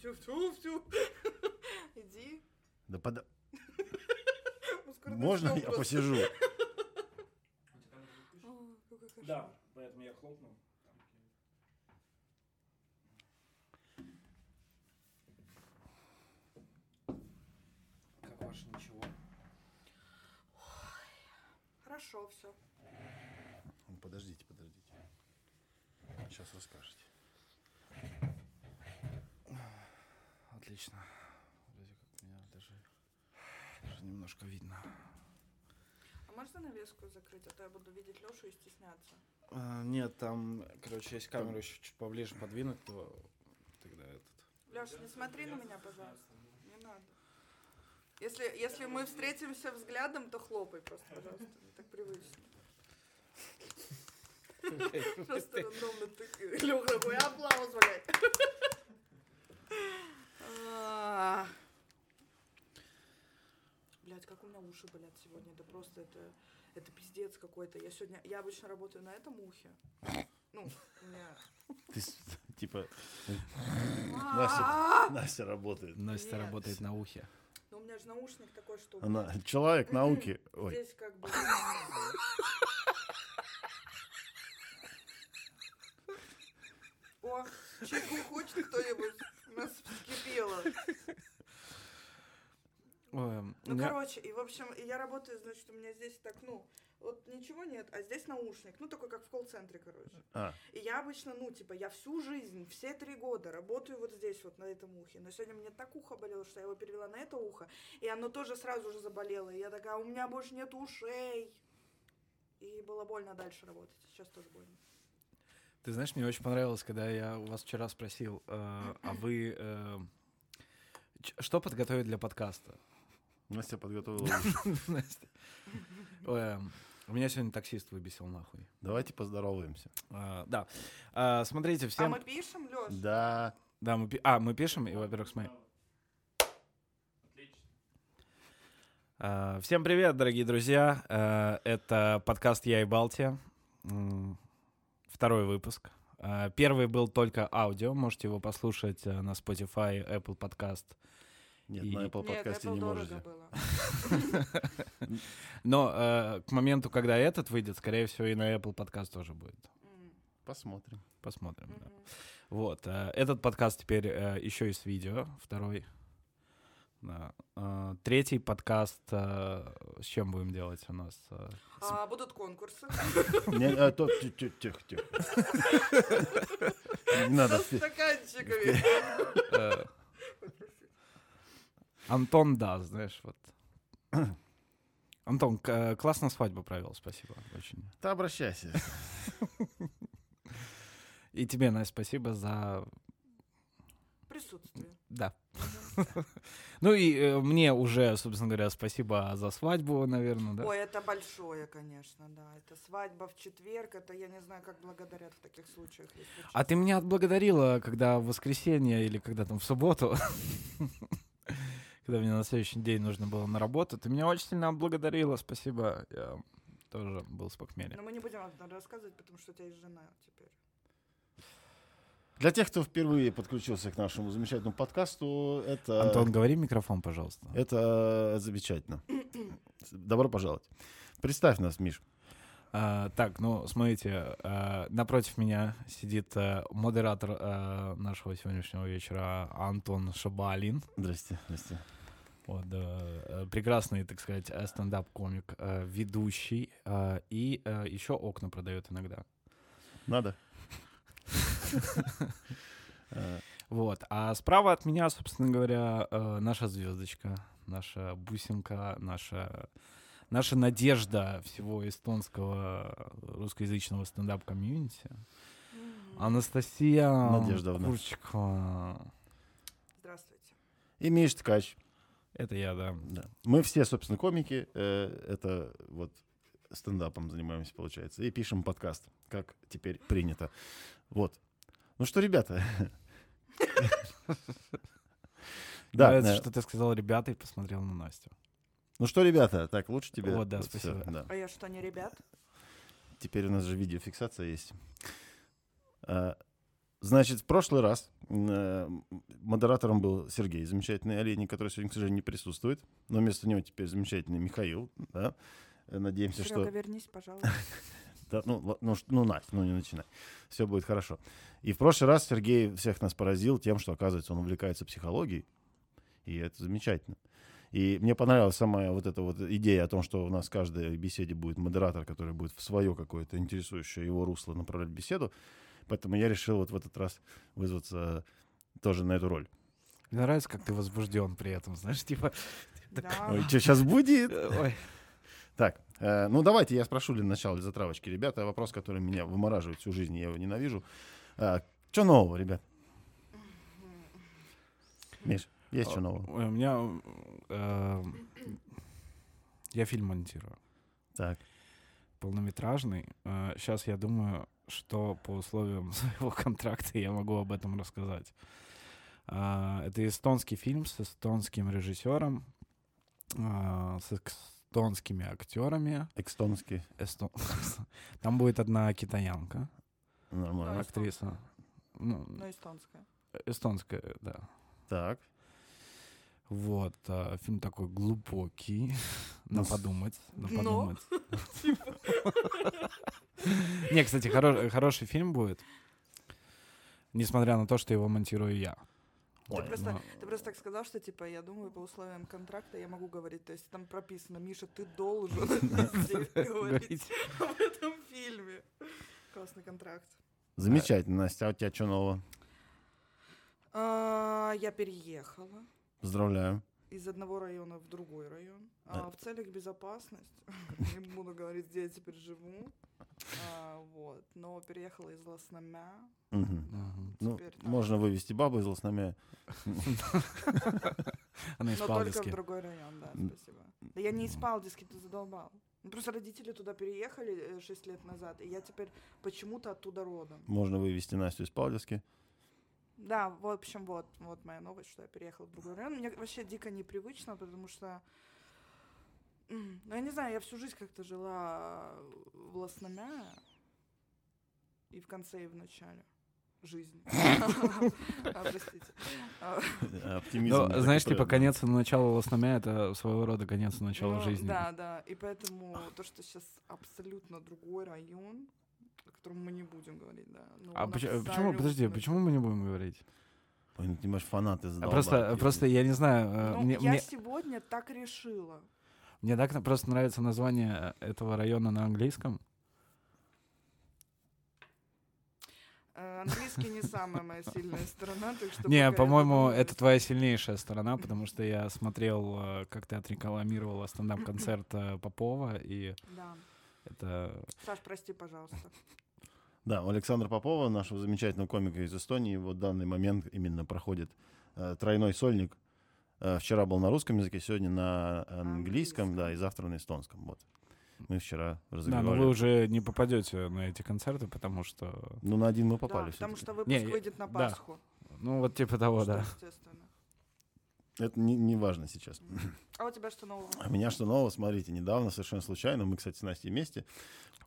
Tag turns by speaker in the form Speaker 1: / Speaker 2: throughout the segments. Speaker 1: Тю-тю-тю. Иди.
Speaker 2: Да под...
Speaker 1: Он скоро
Speaker 2: Можно
Speaker 1: начнёт
Speaker 2: я
Speaker 1: просто.
Speaker 2: посижу?
Speaker 1: О, какой кошмар.
Speaker 3: Да, поэтому я хлопнул. Как ваше ничего.
Speaker 1: Хорошо, все.
Speaker 2: Ну, Подождите, подождите. Сейчас расскажете. Отлично. Вроде как меня даже, даже немножко видно.
Speaker 1: А можешь занавеску закрыть, а то я буду видеть Лешу и стесняться.
Speaker 3: А, нет, там, короче, есть камеру еще чуть поближе подвинуть, то тогда этот.
Speaker 1: Леша, не смотри на меня, пожалуйста. Не надо. Если, если мы встретимся взглядом, то хлопай просто, пожалуйста. Мне так привычно. Просто рандомно тыкаю. Лёха такой, аплодис, блядь. А. Блядь, как у меня уши болят сегодня. Это просто, это, это пиздец какой-то. Я сегодня, я обычно работаю на этом ухе. Ну, у меня...
Speaker 2: Ты с- типа
Speaker 1: А-а-а!
Speaker 2: Настя работает.
Speaker 3: Настя
Speaker 1: Нет.
Speaker 3: работает на ухе.
Speaker 1: Но Ну, у меня же наушник такой, что...
Speaker 2: Она человек науки. Ой,
Speaker 1: Здесь как бы... О, чайку хочет кто-нибудь? У нас вскипело.
Speaker 3: Ой,
Speaker 1: Ну,
Speaker 3: у меня-
Speaker 1: короче, и, в общем, и я работаю, значит, у меня здесь так, ну, вот ничего нет, а здесь наушник, ну, такой, как в колл-центре, короче.
Speaker 2: а,
Speaker 1: И я обычно, ну, типа, я всю жизнь, все три года работаю вот здесь, вот на этом ухе. Но сегодня мне так ухо болело, что я его перевела на это ухо, и оно тоже сразу же заболело. И я такая, у меня больше нет ушей. И было больно дальше работать. Сейчас тоже больно.
Speaker 3: Ты знаешь, мне очень понравилось, когда я у вас вчера спросил, э, а вы э, ч- что подготовить для подкаста?
Speaker 2: Настя подготовила. ужин.
Speaker 3: Настя. Ой, эм, у меня сегодня таксист выбесил нахуй.
Speaker 2: Давайте поздороваемся.
Speaker 3: А, Да. А, Смотрите,
Speaker 1: А
Speaker 3: всем...
Speaker 1: мы пишем, Лёш?
Speaker 2: Да.
Speaker 3: Да, мы пи- а, мы пишем, и, во-первых, смотри. А, Всем привет, дорогие друзья. А, Это подкаст «Я и Балтия». М, Второй выпуск. А, Первый был только аудио. Можете его послушать а, на Spotify, Apple Podcast.
Speaker 2: Нет,
Speaker 3: И-
Speaker 2: на Apple
Speaker 1: Нет,
Speaker 2: подкасте
Speaker 1: Apple
Speaker 2: не
Speaker 1: дорого
Speaker 2: можете.
Speaker 1: было.
Speaker 3: Но э, к моменту, когда этот выйдет, скорее всего, и на Apple подкаст тоже будет.
Speaker 1: М,
Speaker 2: Посмотрим.
Speaker 3: Посмотрим. да.
Speaker 1: мгм.
Speaker 3: Вот. э, этот подкаст теперь еще и с видео. Второй. Да. Э, третий подкаст. э, с чем будем делать у нас? э,
Speaker 1: А, будут конкурсы.
Speaker 2: Не, а, то- тю- тю- Тихо, тихо. Не надо.
Speaker 1: Со стаканчиками.
Speaker 3: э, Антон да, знаешь, вот. Антон, к- э, классно свадьбу провел, спасибо очень.
Speaker 2: Да обращайся.
Speaker 3: И тебе, Настя, спасибо за...
Speaker 1: Присутствие.
Speaker 3: Да. Ну и э, мне уже, собственно говоря, спасибо за свадьбу, наверное, да?
Speaker 1: Ой, это большое, конечно, да. Это свадьба в четверг, это я не знаю, как благодарят в таких случаях. если
Speaker 3: А ты меня отблагодарила, когда в воскресенье или когда там в субботу, когда мне на следующий день нужно было на работу, ты меня очень сильно отблагодарила, спасибо. Я тоже был с похмелья.
Speaker 1: Но мы не будем об этом рассказывать, потому что у тебя есть жена теперь.
Speaker 2: Для тех, кто впервые подключился к нашему замечательному подкасту, это...
Speaker 3: Антон, говори в микрофон, пожалуйста.
Speaker 2: Это замечательно. Добро пожаловать. Представь нас, Миш.
Speaker 3: А, так, ну, смотрите, а, напротив меня сидит а, модератор а, нашего сегодняшнего вечера Антон Шабалин.
Speaker 2: Здрасте, здрасте.
Speaker 3: Вот, э, э, прекрасный, так сказать, э, стендап-комик, э, ведущий, э, и еще окна продает иногда.
Speaker 2: Надо? Э,
Speaker 3: Вот. А справа от меня, собственно говоря, э, наша звездочка, наша бусинка, наша наша надежда всего эстонского э, русскоязычного стендап-комьюнити. Анастасия
Speaker 2: Надеждовна.
Speaker 3: Курчикова.
Speaker 1: Здравствуйте.
Speaker 2: И Миш Ткач.
Speaker 3: Это я, да.
Speaker 2: Да. Мы все, собственно, комики. Э, Это вот стендапом занимаемся, получается. И пишем подкаст, как теперь принято. Вот. Ну что, ребята? Да,
Speaker 3: Нравится,
Speaker 2: э,
Speaker 3: что ты сказал ребята и посмотрел на Настю.
Speaker 2: ну что, ребята, так, лучше тебе.
Speaker 3: Вот, да,
Speaker 2: всё,
Speaker 3: спасибо.
Speaker 2: да.
Speaker 1: А я что, не ребят?
Speaker 2: Теперь у нас же видеофиксация есть. А, Значит, в прошлый раз э, модератором был Сергей, замечательный олейник, который сегодня, к сожалению, не присутствует. Но вместо него теперь замечательный Михаил. Да? Э, Надеемся,
Speaker 1: Серега,
Speaker 2: что...
Speaker 1: вернись, пожалуйста.
Speaker 2: Да, ну, л- ну, ш- ну, Настя, ну не начинай. Все будет хорошо. И в прошлый раз Сергей всех нас поразил тем, что, оказывается, он увлекается психологией. И это замечательно. И мне понравилась сама вот эта вот идея о том, что у нас в каждой беседе будет модератор, который будет в свое какое-то интересующее его русло направлять беседу. Поэтому я решил вот в этот раз вызваться тоже на эту роль.
Speaker 3: Мне нравится, как ты возбужден при этом, знаешь, типа...
Speaker 1: Да.
Speaker 2: Ой, что сейчас будет?
Speaker 3: э, Ой,
Speaker 2: Так, э, ну давайте я спрошу для начала, для затравочки, ребята, вопрос, который меня вымораживает всю жизнь, я его ненавижу. что нового, ребят? Миш, есть что нового?
Speaker 3: ой, у меня... э, Я фильм монтирую.
Speaker 2: Так,
Speaker 3: полнометражный. Сейчас я думаю, что по условиям своего контракта я могу об этом рассказать. А, Это эстонский фильм с эстонским режиссером, а, с эстонскими актерами.
Speaker 2: экстонский,
Speaker 3: Эсто- Там будет одна китаянка,
Speaker 2: нормально.
Speaker 1: Так.
Speaker 3: актриса. Ну,
Speaker 1: Ну, эстонская.
Speaker 3: эстонская, да.
Speaker 2: Так,
Speaker 3: Вот. а, Фильм такой глубокий.
Speaker 2: Ну,
Speaker 3: На
Speaker 2: с-
Speaker 3: подумать. На
Speaker 1: дно.
Speaker 3: подумать.
Speaker 1: Типа.
Speaker 3: Не, кстати, хоро- хороший фильм будет. Несмотря на то, что его монтирую я.
Speaker 1: Ты просто,
Speaker 3: ну.
Speaker 1: ты просто так сказал, что типа я думаю, по условиям контракта я могу говорить. То есть там прописано, Миша, ты должен здесь говорить
Speaker 3: Говорить.
Speaker 1: об этом фильме. Классный контракт.
Speaker 2: замечательно, Настя, а у тебя что нового?
Speaker 1: А, Я переехала
Speaker 2: Поздравляю.
Speaker 1: из одного района в другой район. А,
Speaker 2: А.
Speaker 1: В целях безопасности. Не буду говорить, где я теперь живу. А, Вот. Но переехала из Лосномя.
Speaker 2: Мгм.
Speaker 3: Мгм.
Speaker 2: Ну,
Speaker 1: Теперь да.
Speaker 2: можно вывести бабу из лосномя.
Speaker 3: Она из
Speaker 1: Но только в
Speaker 3: Павловски.
Speaker 1: другой район, да,
Speaker 2: М.
Speaker 1: спасибо. Да я не из Палдиски, ты задолбал. Ну, Просто родители туда переехали 6 лет назад, и я теперь почему-то оттуда родом.
Speaker 2: Можно вывести Настю из Павловски.
Speaker 1: Да, в общем, вот, вот моя новость, что я переехала в другой район. Мне вообще дико непривычно, потому что... м, Ну, я не знаю, я всю жизнь как-то жила в Лосномя, и в конце, и в начале жизни. А, Простите. А,
Speaker 2: Оптимизм.
Speaker 3: Ну,
Speaker 2: это
Speaker 3: знаешь,
Speaker 2: такое,
Speaker 3: типа,
Speaker 2: да.
Speaker 3: конец и начало Лосномя — это своего рода конец и начало
Speaker 1: Ну,
Speaker 3: жизни.
Speaker 1: Да, да. И поэтому то, что сейчас абсолютно другой район, о котором мы не будем говорить, да. ну,
Speaker 3: А
Speaker 1: он
Speaker 3: поч- а почему, подожди,
Speaker 1: абсолютно-
Speaker 3: почему мы не будем говорить?
Speaker 2: Ой, ну, Ты, может, фанаты
Speaker 3: А
Speaker 2: задолбали.
Speaker 3: Просто, просто я не знаю, э,
Speaker 1: Ну,
Speaker 3: мне-
Speaker 1: я
Speaker 3: мне-
Speaker 1: сегодня так решила.
Speaker 3: мне так на- просто нравится название э, этого района на английском.
Speaker 1: Э, Английский не самая моя сильная сторона, так что... пока
Speaker 3: Не,
Speaker 1: я
Speaker 3: по-моему,
Speaker 1: задумалась.
Speaker 3: это твоя сильнейшая сторона, потому что я смотрел, э, как ты отрекламировала стендап-концерт э, Попова, и
Speaker 1: Да.
Speaker 3: это...
Speaker 1: Саш, прости, пожалуйста.
Speaker 2: Да, у Александра Попова, нашего замечательного комика из Эстонии, вот в данный момент именно проходит э, тройной сольник. Э, вчера был на русском языке, сегодня на английском,
Speaker 1: Английском.
Speaker 2: да, и завтра на эстонском. Вот. Мы вчера
Speaker 3: Да,
Speaker 2: разговаривали.
Speaker 3: но вы уже не попадете на эти концерты, потому что...
Speaker 2: Ну, на один мы
Speaker 1: Да,
Speaker 2: попали
Speaker 1: потому
Speaker 2: всё-таки.
Speaker 1: что выпуск
Speaker 3: Не, я-
Speaker 1: выйдет на
Speaker 3: да.
Speaker 1: Пасху.
Speaker 3: Ну, вот типа того,
Speaker 1: что
Speaker 3: да.
Speaker 1: естественно.
Speaker 2: Это не, не важно сейчас.
Speaker 1: А у тебя что нового?
Speaker 2: А у меня что нового, смотрите, недавно, совершенно случайно, мы, кстати, с Настей вместе.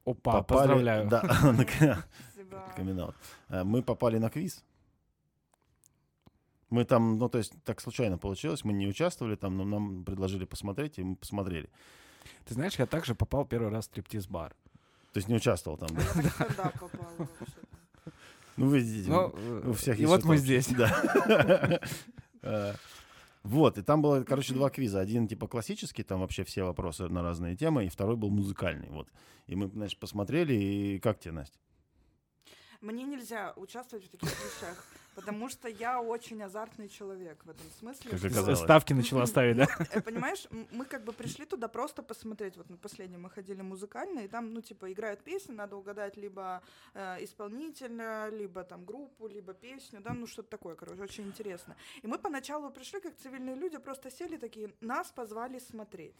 Speaker 3: Опа,
Speaker 2: попали-
Speaker 3: поздравляю.
Speaker 2: Да, на к-
Speaker 1: Спасибо.
Speaker 2: камин-аут. Э, Мы попали на квиз. Мы там, ну, то есть, так случайно получилось, мы не участвовали там, но нам предложили посмотреть, и мы посмотрели.
Speaker 3: Ты знаешь, я также попал первый раз в стриптиз-бар.
Speaker 2: То есть не участвовал там,
Speaker 1: А
Speaker 2: да?
Speaker 1: я так в стендап попала вообще-то.
Speaker 2: Ну, вы видите,
Speaker 3: Ну,
Speaker 2: у всех
Speaker 3: и
Speaker 2: есть
Speaker 3: вот
Speaker 2: что-то
Speaker 3: мы
Speaker 2: общее.
Speaker 3: здесь.
Speaker 2: Да. Э, Вот, и там было, короче, два квиза. Один, типа, классический, там вообще все вопросы на разные темы, и второй был музыкальный, вот. И мы, значит, посмотрели, и как тебе, Настя?
Speaker 1: Мне нельзя участвовать в таких вещах, потому что я очень азартный человек в этом смысле.
Speaker 2: Как
Speaker 1: что-
Speaker 2: оказалось.
Speaker 3: Ставки начала ставить, да?
Speaker 1: Э, Понимаешь, м- мы как бы пришли туда просто посмотреть. Вот на последнем мы ходили музыкально, и там, ну, типа, играют песни, надо угадать либо э, исполнителя, либо там группу, либо песню, да, ну, что-то такое, короче, очень интересно. И мы поначалу пришли, как цивильные люди, просто сели такие, нас позвали смотреть.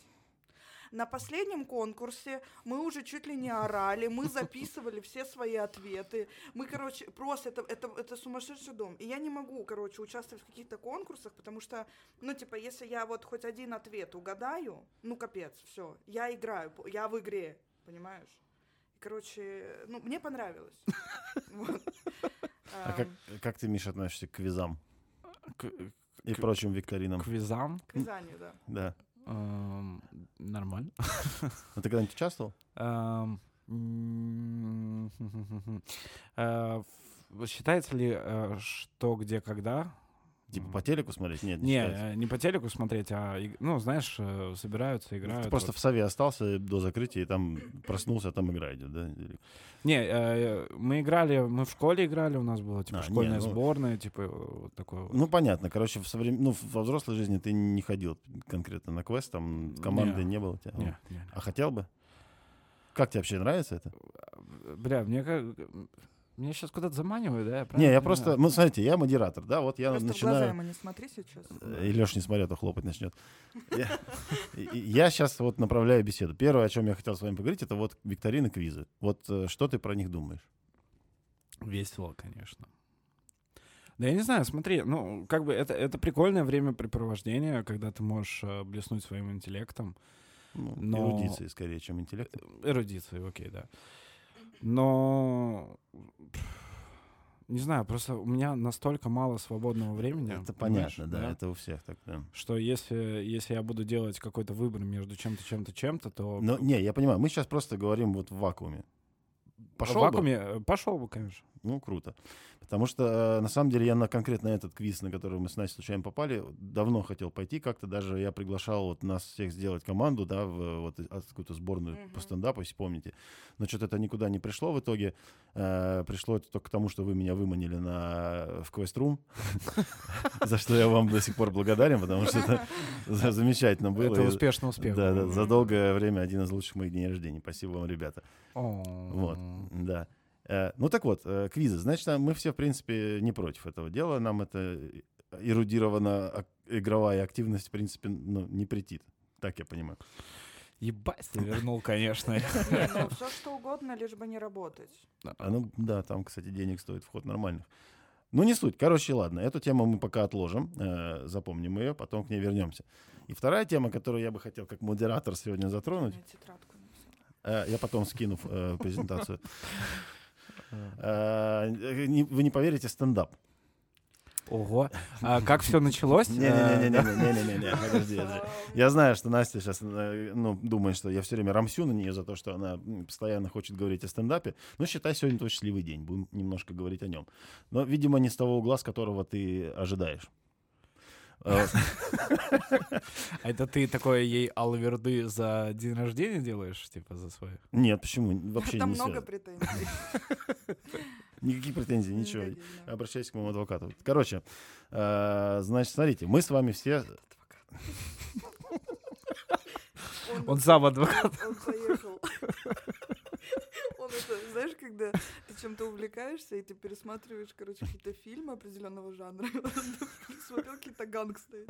Speaker 1: На последнем конкурсе мы уже чуть ли не орали, мы записывали все свои ответы. Мы, короче, просто это, это, это сумасшедший дом. И я не могу, короче, участвовать в каких-то конкурсах, потому что, ну, типа, если я вот хоть один ответ угадаю, ну, капец, все, я играю, п- я в игре, понимаешь? Короче, ну, мне понравилось. Вот.
Speaker 2: А как, как ты, Миша, относишься к визам
Speaker 3: К,
Speaker 2: и
Speaker 3: К-
Speaker 2: прочим викторинам?
Speaker 3: к визам
Speaker 1: К вязанию, да.
Speaker 2: Да.
Speaker 3: эм, нормально.
Speaker 2: А ты когда-нибудь участвовал?
Speaker 3: Эм, м, э, в- Считается ли э, что, где, когда?
Speaker 2: Типа
Speaker 3: М.
Speaker 2: по телеку смотреть? Нет, не,
Speaker 3: Не,
Speaker 2: считается.
Speaker 3: э, не по телеку смотреть, а, иг- ну, знаешь, э, собираются, играют.
Speaker 2: Ну, Ты просто
Speaker 3: вот.
Speaker 2: в сове остался до закрытия, и там проснулся, а там игра идет, да? Или-
Speaker 3: Не, э, мы играли, мы в школе играли, у нас было, типа,
Speaker 2: А, не,
Speaker 3: школьная
Speaker 2: ну-
Speaker 3: сборная, типа, э, вот такое вот.
Speaker 2: Ну, понятно. Короче, в соврем... ну, в- во взрослой жизни ты не ходил конкретно на квест, там команды
Speaker 3: Не.
Speaker 2: не, было у тебя.
Speaker 3: Не, не, не.
Speaker 2: А хотел бы? Как тебе вообще нравится это?
Speaker 3: Бля, мне как... Меня сейчас куда-то заманивают, да?
Speaker 2: не,
Speaker 3: правильно
Speaker 2: я
Speaker 3: понимаю?
Speaker 2: просто, ну, смотрите, я модератор, да, вот я
Speaker 1: Просто в глаза
Speaker 2: начинаю...
Speaker 1: ему не смотри сейчас.
Speaker 2: Э, И Леша не смотря, то хлопать начнет. Я- и- и Я сейчас вот направляю беседу. Первое, о чем я хотел с вами поговорить, это вот викторины, квизы. Вот э, что ты про них думаешь?
Speaker 3: Весело, конечно. Да я не знаю, смотри, ну, как бы это, это прикольное времяпрепровождение, когда ты можешь э, блеснуть своим интеллектом,
Speaker 2: Ну,
Speaker 3: Но-
Speaker 2: Эрудиции скорее, чем интеллект.
Speaker 3: эрудицией, окей, да. Но... Не знаю, просто у меня настолько мало свободного времени.
Speaker 2: Это
Speaker 3: понимаешь,
Speaker 2: понятно, да, это у всех так. да.
Speaker 3: Что если, если я буду делать какой-то выбор между чем-то, чем-то, чем-то, то...
Speaker 2: Но не, я понимаю, мы сейчас просто говорим вот в вакууме. Пошел бы?
Speaker 3: в вакууме э, пошел бы, конечно.
Speaker 2: Ну, круто. Потому что, э, на самом деле, я на конкретно этот квиз, на который мы с Настей случайно попали, давно хотел пойти. Как-то даже я приглашал вот нас всех сделать команду, да, в, э, вот, и- а, какую-то сборную по
Speaker 1: Мгм.
Speaker 2: стендапу, если помните. Но что-то это никуда не пришло в итоге. Э, пришло это только к тому, что вы меня выманили на, э, в квест-рум, за что я вам до сих пор благодарен, потому что это за- замечательно было.
Speaker 3: Это
Speaker 2: И-
Speaker 3: успешный успех.
Speaker 2: Да, да,
Speaker 3: был.
Speaker 2: за долгое время один из лучших моих дней рождения. Спасибо вам, ребята. Вот,
Speaker 3: О.
Speaker 2: да. Э, Ну так вот, э, квизы. Значит, а мы все, в принципе, не против этого дела. Нам это эрудирована ак- игровая активность, в принципе, ну, не притит. Так я понимаю.
Speaker 3: Ебать, ты вернул, конечно.
Speaker 1: Не, ну все что угодно, лишь бы не работать.
Speaker 2: А ну да, там, кстати, денег стоит вход нормальных. Ну не суть. Короче, ладно, эту тему мы пока отложим, э, запомним ее, потом к ней вернемся. И вторая тема, которую я бы хотел как модератор сегодня затронуть,
Speaker 1: Я тетрадку написала.
Speaker 2: Э, Я потом скину э, презентацию. Э, не- Вы не поверите, стендап.
Speaker 3: Ого. А как все началось? Э,
Speaker 2: Не-не-не-не-не-не-не, подожди. подожди. Я знаю, что Настя сейчас ну, думает, что я все время рамсю на нее за то, что она м, постоянно хочет говорить о стендапе. Ну, считай, сегодня твой счастливый день. Будем немножко говорить о нем. Но, видимо, не с того угла, с которого ты ожидаешь. Э,
Speaker 3: а Это ты такое ей алверды за день рождения делаешь, типа, за свой?
Speaker 2: Нет, почему? Вообще
Speaker 1: Там
Speaker 2: не
Speaker 1: много
Speaker 2: связано.
Speaker 1: претензий.
Speaker 2: Никаких претензий, ничего.
Speaker 1: Никаких, да.
Speaker 2: Обращайся к моему адвокату. Короче, э, значит, смотрите, мы с вами все...
Speaker 3: Он сам адвокат.
Speaker 1: Он поехал. Он это, знаешь, когда ты чем-то увлекаешься, и ты пересматриваешь, короче, какие-то фильмы определенного жанра. Он смотрел какие-то гангстеры.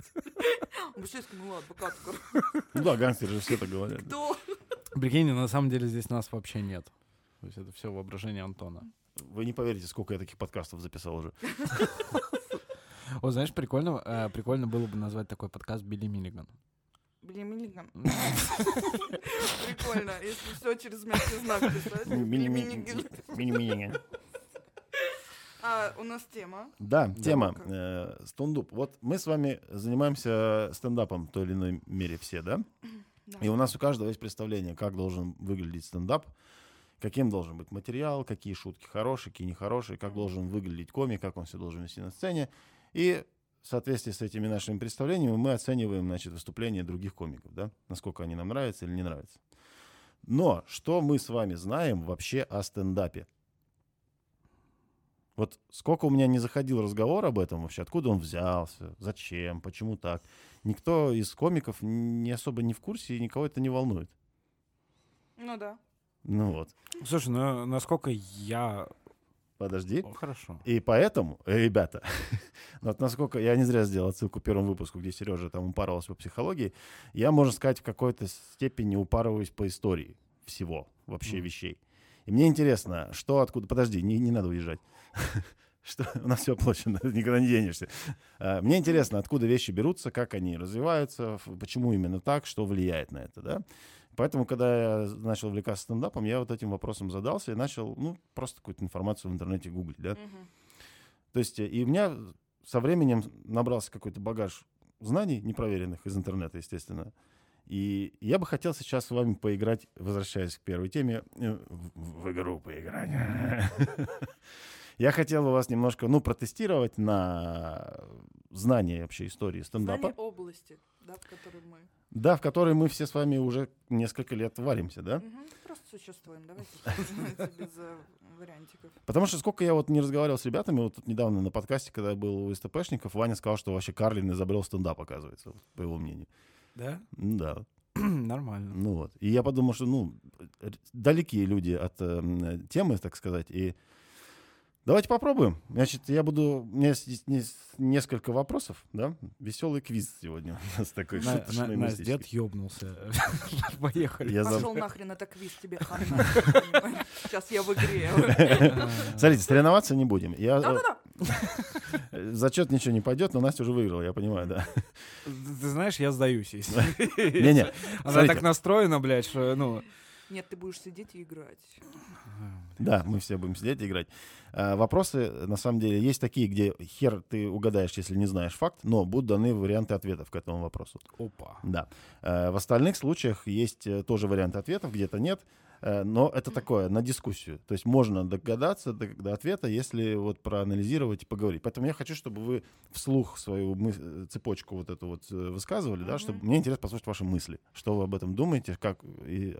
Speaker 1: Он вообще сказал, ну ладно, пока
Speaker 2: Ну да, гангстеры же все так говорят.
Speaker 1: Кто?
Speaker 3: Прикинь, ну, на самом деле здесь нас вообще нет. То есть это все воображение Антона.
Speaker 2: Вы не поверите, сколько я таких подкастов записал уже.
Speaker 3: Вот знаешь, прикольно, э, прикольно было бы назвать такой подкаст Билли Миллиган.
Speaker 1: Блин, Миллиган. Прикольно, если все через мягкий знак писать.
Speaker 2: Ну,
Speaker 1: Блин,
Speaker 2: Мини-мини.
Speaker 1: А, у нас тема.
Speaker 2: Да, тема
Speaker 1: ну-ка.
Speaker 2: э, стендуп. Вот мы с вами занимаемся стендапом в той или иной мере все, да?
Speaker 1: Да.
Speaker 2: И у нас у каждого есть представление, как должен выглядеть стендап, каким должен быть материал, какие шутки хорошие, какие нехорошие, как должен выглядеть комик, как он все должен вести на сцене. И в соответствии с этими нашими представлениями мы оцениваем, значит, выступления других комиков, да, насколько они нам нравятся или не нравятся. Но что мы с вами знаем вообще о стендапе? Вот сколько у меня не заходил разговор об этом вообще, откуда он взялся, зачем, почему так. Никто из комиков не особо не в курсе и никого это не волнует.
Speaker 1: Ну да.
Speaker 2: Ну вот,
Speaker 3: Слушай, ну насколько я...
Speaker 2: подожди.
Speaker 3: О, хорошо.
Speaker 2: И поэтому, э, ребята, ну, вот насколько я не зря сделал отсылку к первому выпуску, где Сережа там упарывался по психологии, я, можно сказать, в какой-то степени упарываюсь по истории всего, вообще
Speaker 3: Мгм.
Speaker 2: вещей. И мне интересно, что откуда... Подожди, не, не надо уезжать. Что у нас все оплачено, никогда не денешься. А, Мне интересно, откуда вещи берутся, как они развиваются, ф- почему именно так, что влияет на это, да? Поэтому, когда я начал увлекаться стендапом, я вот этим вопросом задался и начал, ну, просто какую-то информацию в интернете гуглить, да?
Speaker 1: Мгм.
Speaker 2: То есть, э, и у меня со временем набрался какой-то багаж знаний непроверенных из интернета, естественно. И я бы хотел сейчас с вами поиграть, возвращаясь к первой теме, э, в, в игру поиграть. Я хотел бы вас немножко, ну, протестировать на знание вообще истории стендапа.
Speaker 1: Знание области, да, в которой мы
Speaker 2: Да, в которой мы все с вами уже несколько лет варимся, да?
Speaker 1: Мгм. просто существуем. Давайте это без э, вариантиков.
Speaker 2: Потому что сколько я вот не разговаривал с ребятами, вот тут недавно на подкасте, когда я был у СТПшников, Ваня сказал, что вообще Карлин изобрел стендап, оказывается, вот, по его мнению.
Speaker 3: Да?
Speaker 2: М, Да,
Speaker 3: Нормально.
Speaker 2: ну вот. И я подумал, что, ну, р- далекие люди от эм, темы, так сказать, и давайте попробуем. Значит, я буду... У меня есть- есть нес- несколько вопросов, да? Веселый квиз сегодня у нас такой
Speaker 3: На- на-
Speaker 2: шуточный,
Speaker 3: Настя,
Speaker 2: юмористический.
Speaker 3: дед ёбнулся. Поехали.
Speaker 2: Я за-
Speaker 1: Пошел нахрен, это квиз тебе, Ханна. Понимаешь? Сейчас я в игре.
Speaker 2: Смотрите, соревноваться не будем. Я, э,
Speaker 1: Да-да-да.
Speaker 2: э, Зачет ничего не пойдет, но Настя уже выиграла, я понимаю, да.
Speaker 3: Ты знаешь, я сдаюсь, если...
Speaker 2: Не-не,
Speaker 3: Она
Speaker 2: смотрите.
Speaker 3: так настроена, блядь, что, ну...
Speaker 1: Нет, ты будешь сидеть и играть.
Speaker 2: Да, мы все будем сидеть и играть. А, вопросы, на самом деле, есть такие, где хер ты угадаешь, если не знаешь факт, но будут даны варианты ответов к этому вопросу.
Speaker 3: Опа.
Speaker 2: Да. А, в остальных случаях есть э, тоже варианты ответов, где-то нет. Э, Но это такое, на дискуссию. То есть можно догадаться до, до ответа, если вот проанализировать и поговорить. Поэтому я хочу, чтобы вы вслух свою мыс- э, цепочку вот эту вот э, высказывали, да, чтобы
Speaker 1: Мгм.
Speaker 2: мне интересно послушать ваши мысли, что вы об этом думаете, как... И...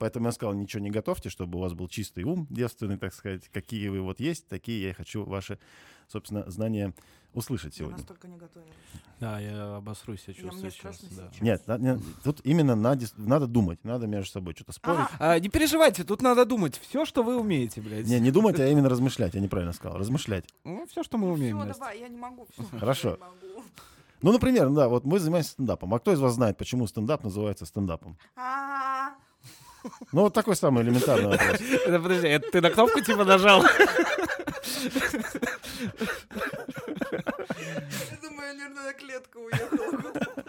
Speaker 2: Поэтому я сказал, ничего не готовьте, чтобы у вас был чистый ум, девственный, так сказать, какие вы вот есть, такие я и хочу ваши, собственно, знания услышать
Speaker 1: Я
Speaker 2: сегодня.
Speaker 1: настолько не готовилась.
Speaker 3: Да, я обосрусь,
Speaker 1: Я-
Speaker 3: я чувствую
Speaker 1: мне
Speaker 3: сейчас.
Speaker 1: страшно
Speaker 3: да.
Speaker 1: сейчас.
Speaker 2: Нет, на- не- тут именно на дис- надо думать, надо между собой что-то спорить.
Speaker 3: А, не переживайте, тут надо думать все, что вы умеете, блядь.
Speaker 2: Не, не думать, а именно размышлять. Я неправильно сказал. Размышлять.
Speaker 3: Ну, все, что мы умеем.
Speaker 1: Все,
Speaker 3: Настя.
Speaker 1: давай, я не могу. всё,
Speaker 2: Хорошо.
Speaker 1: я не могу.
Speaker 2: Ну, например, да, вот мы занимаемся стендапом. А кто из вас знает, почему стендап называется стендапом?
Speaker 1: А,
Speaker 2: Ну, вот такой самый элементарный вопрос.
Speaker 3: Это, Подожди, это ты на кнопку типа нажал?
Speaker 1: Я думаю, нервная клетка уехала куда-то.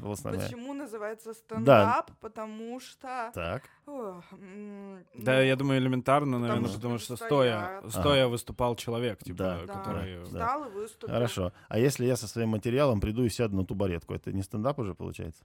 Speaker 2: Вот самое.
Speaker 1: Почему называется стендап? Потому что...
Speaker 2: Так.
Speaker 1: Ох, м,
Speaker 3: Да,
Speaker 1: ну,
Speaker 3: я думаю, элементарно, наверное,
Speaker 2: что
Speaker 3: потому что
Speaker 1: люди
Speaker 3: стоя,
Speaker 1: стоят.
Speaker 3: стоя выступал человек,
Speaker 2: Да,
Speaker 3: типа,
Speaker 1: да.
Speaker 3: который...
Speaker 2: да.
Speaker 1: Встал и выступил.
Speaker 2: Хорошо. А если я со своим материалом приду и сяду на табуретку, это не стендап уже получается?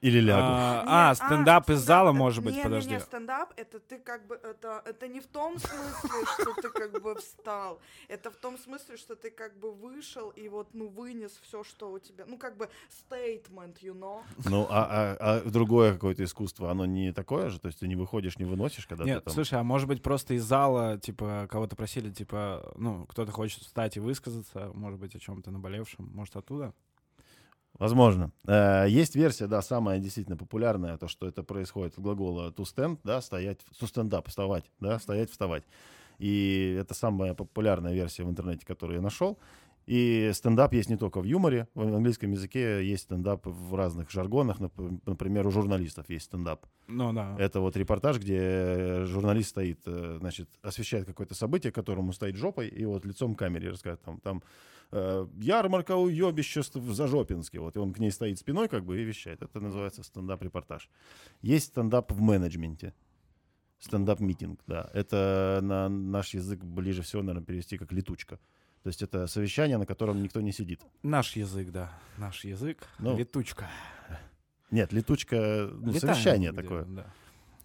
Speaker 2: Или лягу?
Speaker 1: Не,
Speaker 3: А, а, стендап из зала,
Speaker 1: это-
Speaker 3: может быть,
Speaker 1: не, Не,
Speaker 3: подожди.
Speaker 1: не, стендап, это ты как бы, это, это не в том смысле, что ты как бы встал, это в том смысле, что ты как бы вышел и вот, ну, вынес все, что у тебя, ну, как бы statement, you know.
Speaker 2: Ну, а, а- а другое какое-то искусство, оно не такое же? То есть ты не выходишь, не выносишь, когда
Speaker 3: Нет,
Speaker 2: ты там...
Speaker 3: слушай, а может быть просто из зала, типа, кого-то просили, типа, ну, кто-то хочет встать и высказаться, может быть, о чем-то наболевшем, может, оттуда?
Speaker 2: Возможно. Э, Есть версия, да, самая действительно популярная, то, что это происходит от глагола to stand, да, стоять, to stand up, вставать, да, стоять, вставать. И это самая популярная версия в интернете, которую я нашел. И стендап есть не только в юморе, в английском языке есть стендап в разных жаргонах, Нап- например, у журналистов есть стендап.
Speaker 3: Ну, да.
Speaker 2: Это вот репортаж, где журналист стоит, э, значит, освещает какое-то событие, которому стоит жопой, и вот лицом к камере рассказывает, там, там э, ярмарка уебища ст- в Зажопинске, вот, и он к ней стоит спиной как бы и вещает. Это называется стендап-репортаж. Есть стендап в менеджменте. Стендап-митинг, да. Это на наш язык ближе всего, наверное, перевести как летучка. То есть это совещание, на котором никто не сидит.
Speaker 3: Наш язык, да. Наш язык.
Speaker 2: Ну,
Speaker 3: Летучка.
Speaker 2: Нет, летучка, ну,
Speaker 3: Летаем
Speaker 2: совещание
Speaker 3: где-то,
Speaker 2: такое.
Speaker 3: да.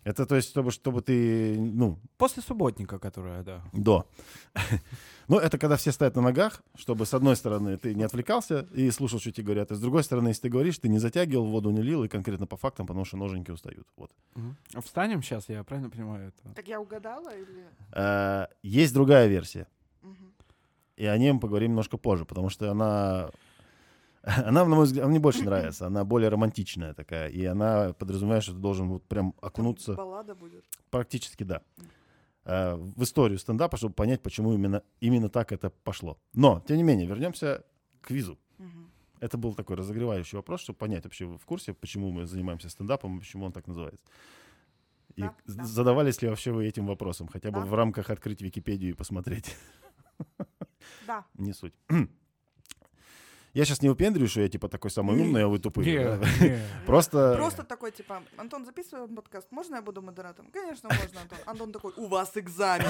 Speaker 2: Это то есть, чтобы, чтобы ты, ну,
Speaker 3: После субботника, которая, да.
Speaker 2: До. Но это когда все стоят на ногах, чтобы, с одной стороны, ты не отвлекался и слушал, что тебе говорят, и с другой стороны, если ты говоришь, ты не затягивал, воду не лил, и конкретно по фактам, потому что ноженьки устают. Вот.
Speaker 3: Мгм. А Встанем сейчас, я правильно понимаю это?
Speaker 1: Так я угадала или...
Speaker 2: Э, Есть другая версия,
Speaker 1: Мгм.
Speaker 2: и о ней мы поговорим немножко позже, потому что она... Она, на мой взгляд, мне больше нравится, она более романтичная такая, и она подразумевает, что ты должен вот прям
Speaker 1: Там
Speaker 2: окунуться
Speaker 1: Баллада будет.
Speaker 2: Практически да. Э, В историю стендапа, чтобы понять, почему именно, именно так это пошло. Но, тем не менее, вернемся к квизу.
Speaker 1: Мгм.
Speaker 2: Это был такой разогревающий вопрос, чтобы понять вообще вы в курсе, почему мы занимаемся стендапом, и почему он так называется. И
Speaker 1: Да,
Speaker 2: з-
Speaker 1: да.
Speaker 2: задавались ли вообще вы этим вопросом, хотя бы
Speaker 1: Да.
Speaker 2: в рамках открыть Википедию и посмотреть.
Speaker 1: Да.
Speaker 2: Не суть. Я сейчас не упендрю, что я типа такой самый
Speaker 3: Не.
Speaker 2: умный, а вы тупые. да.
Speaker 3: Не, не.
Speaker 2: Просто...
Speaker 1: Просто такой, типа, Антон, записываем подкаст, можно я буду модератором? Конечно, можно, Антон. Антон такой, у вас экзамен.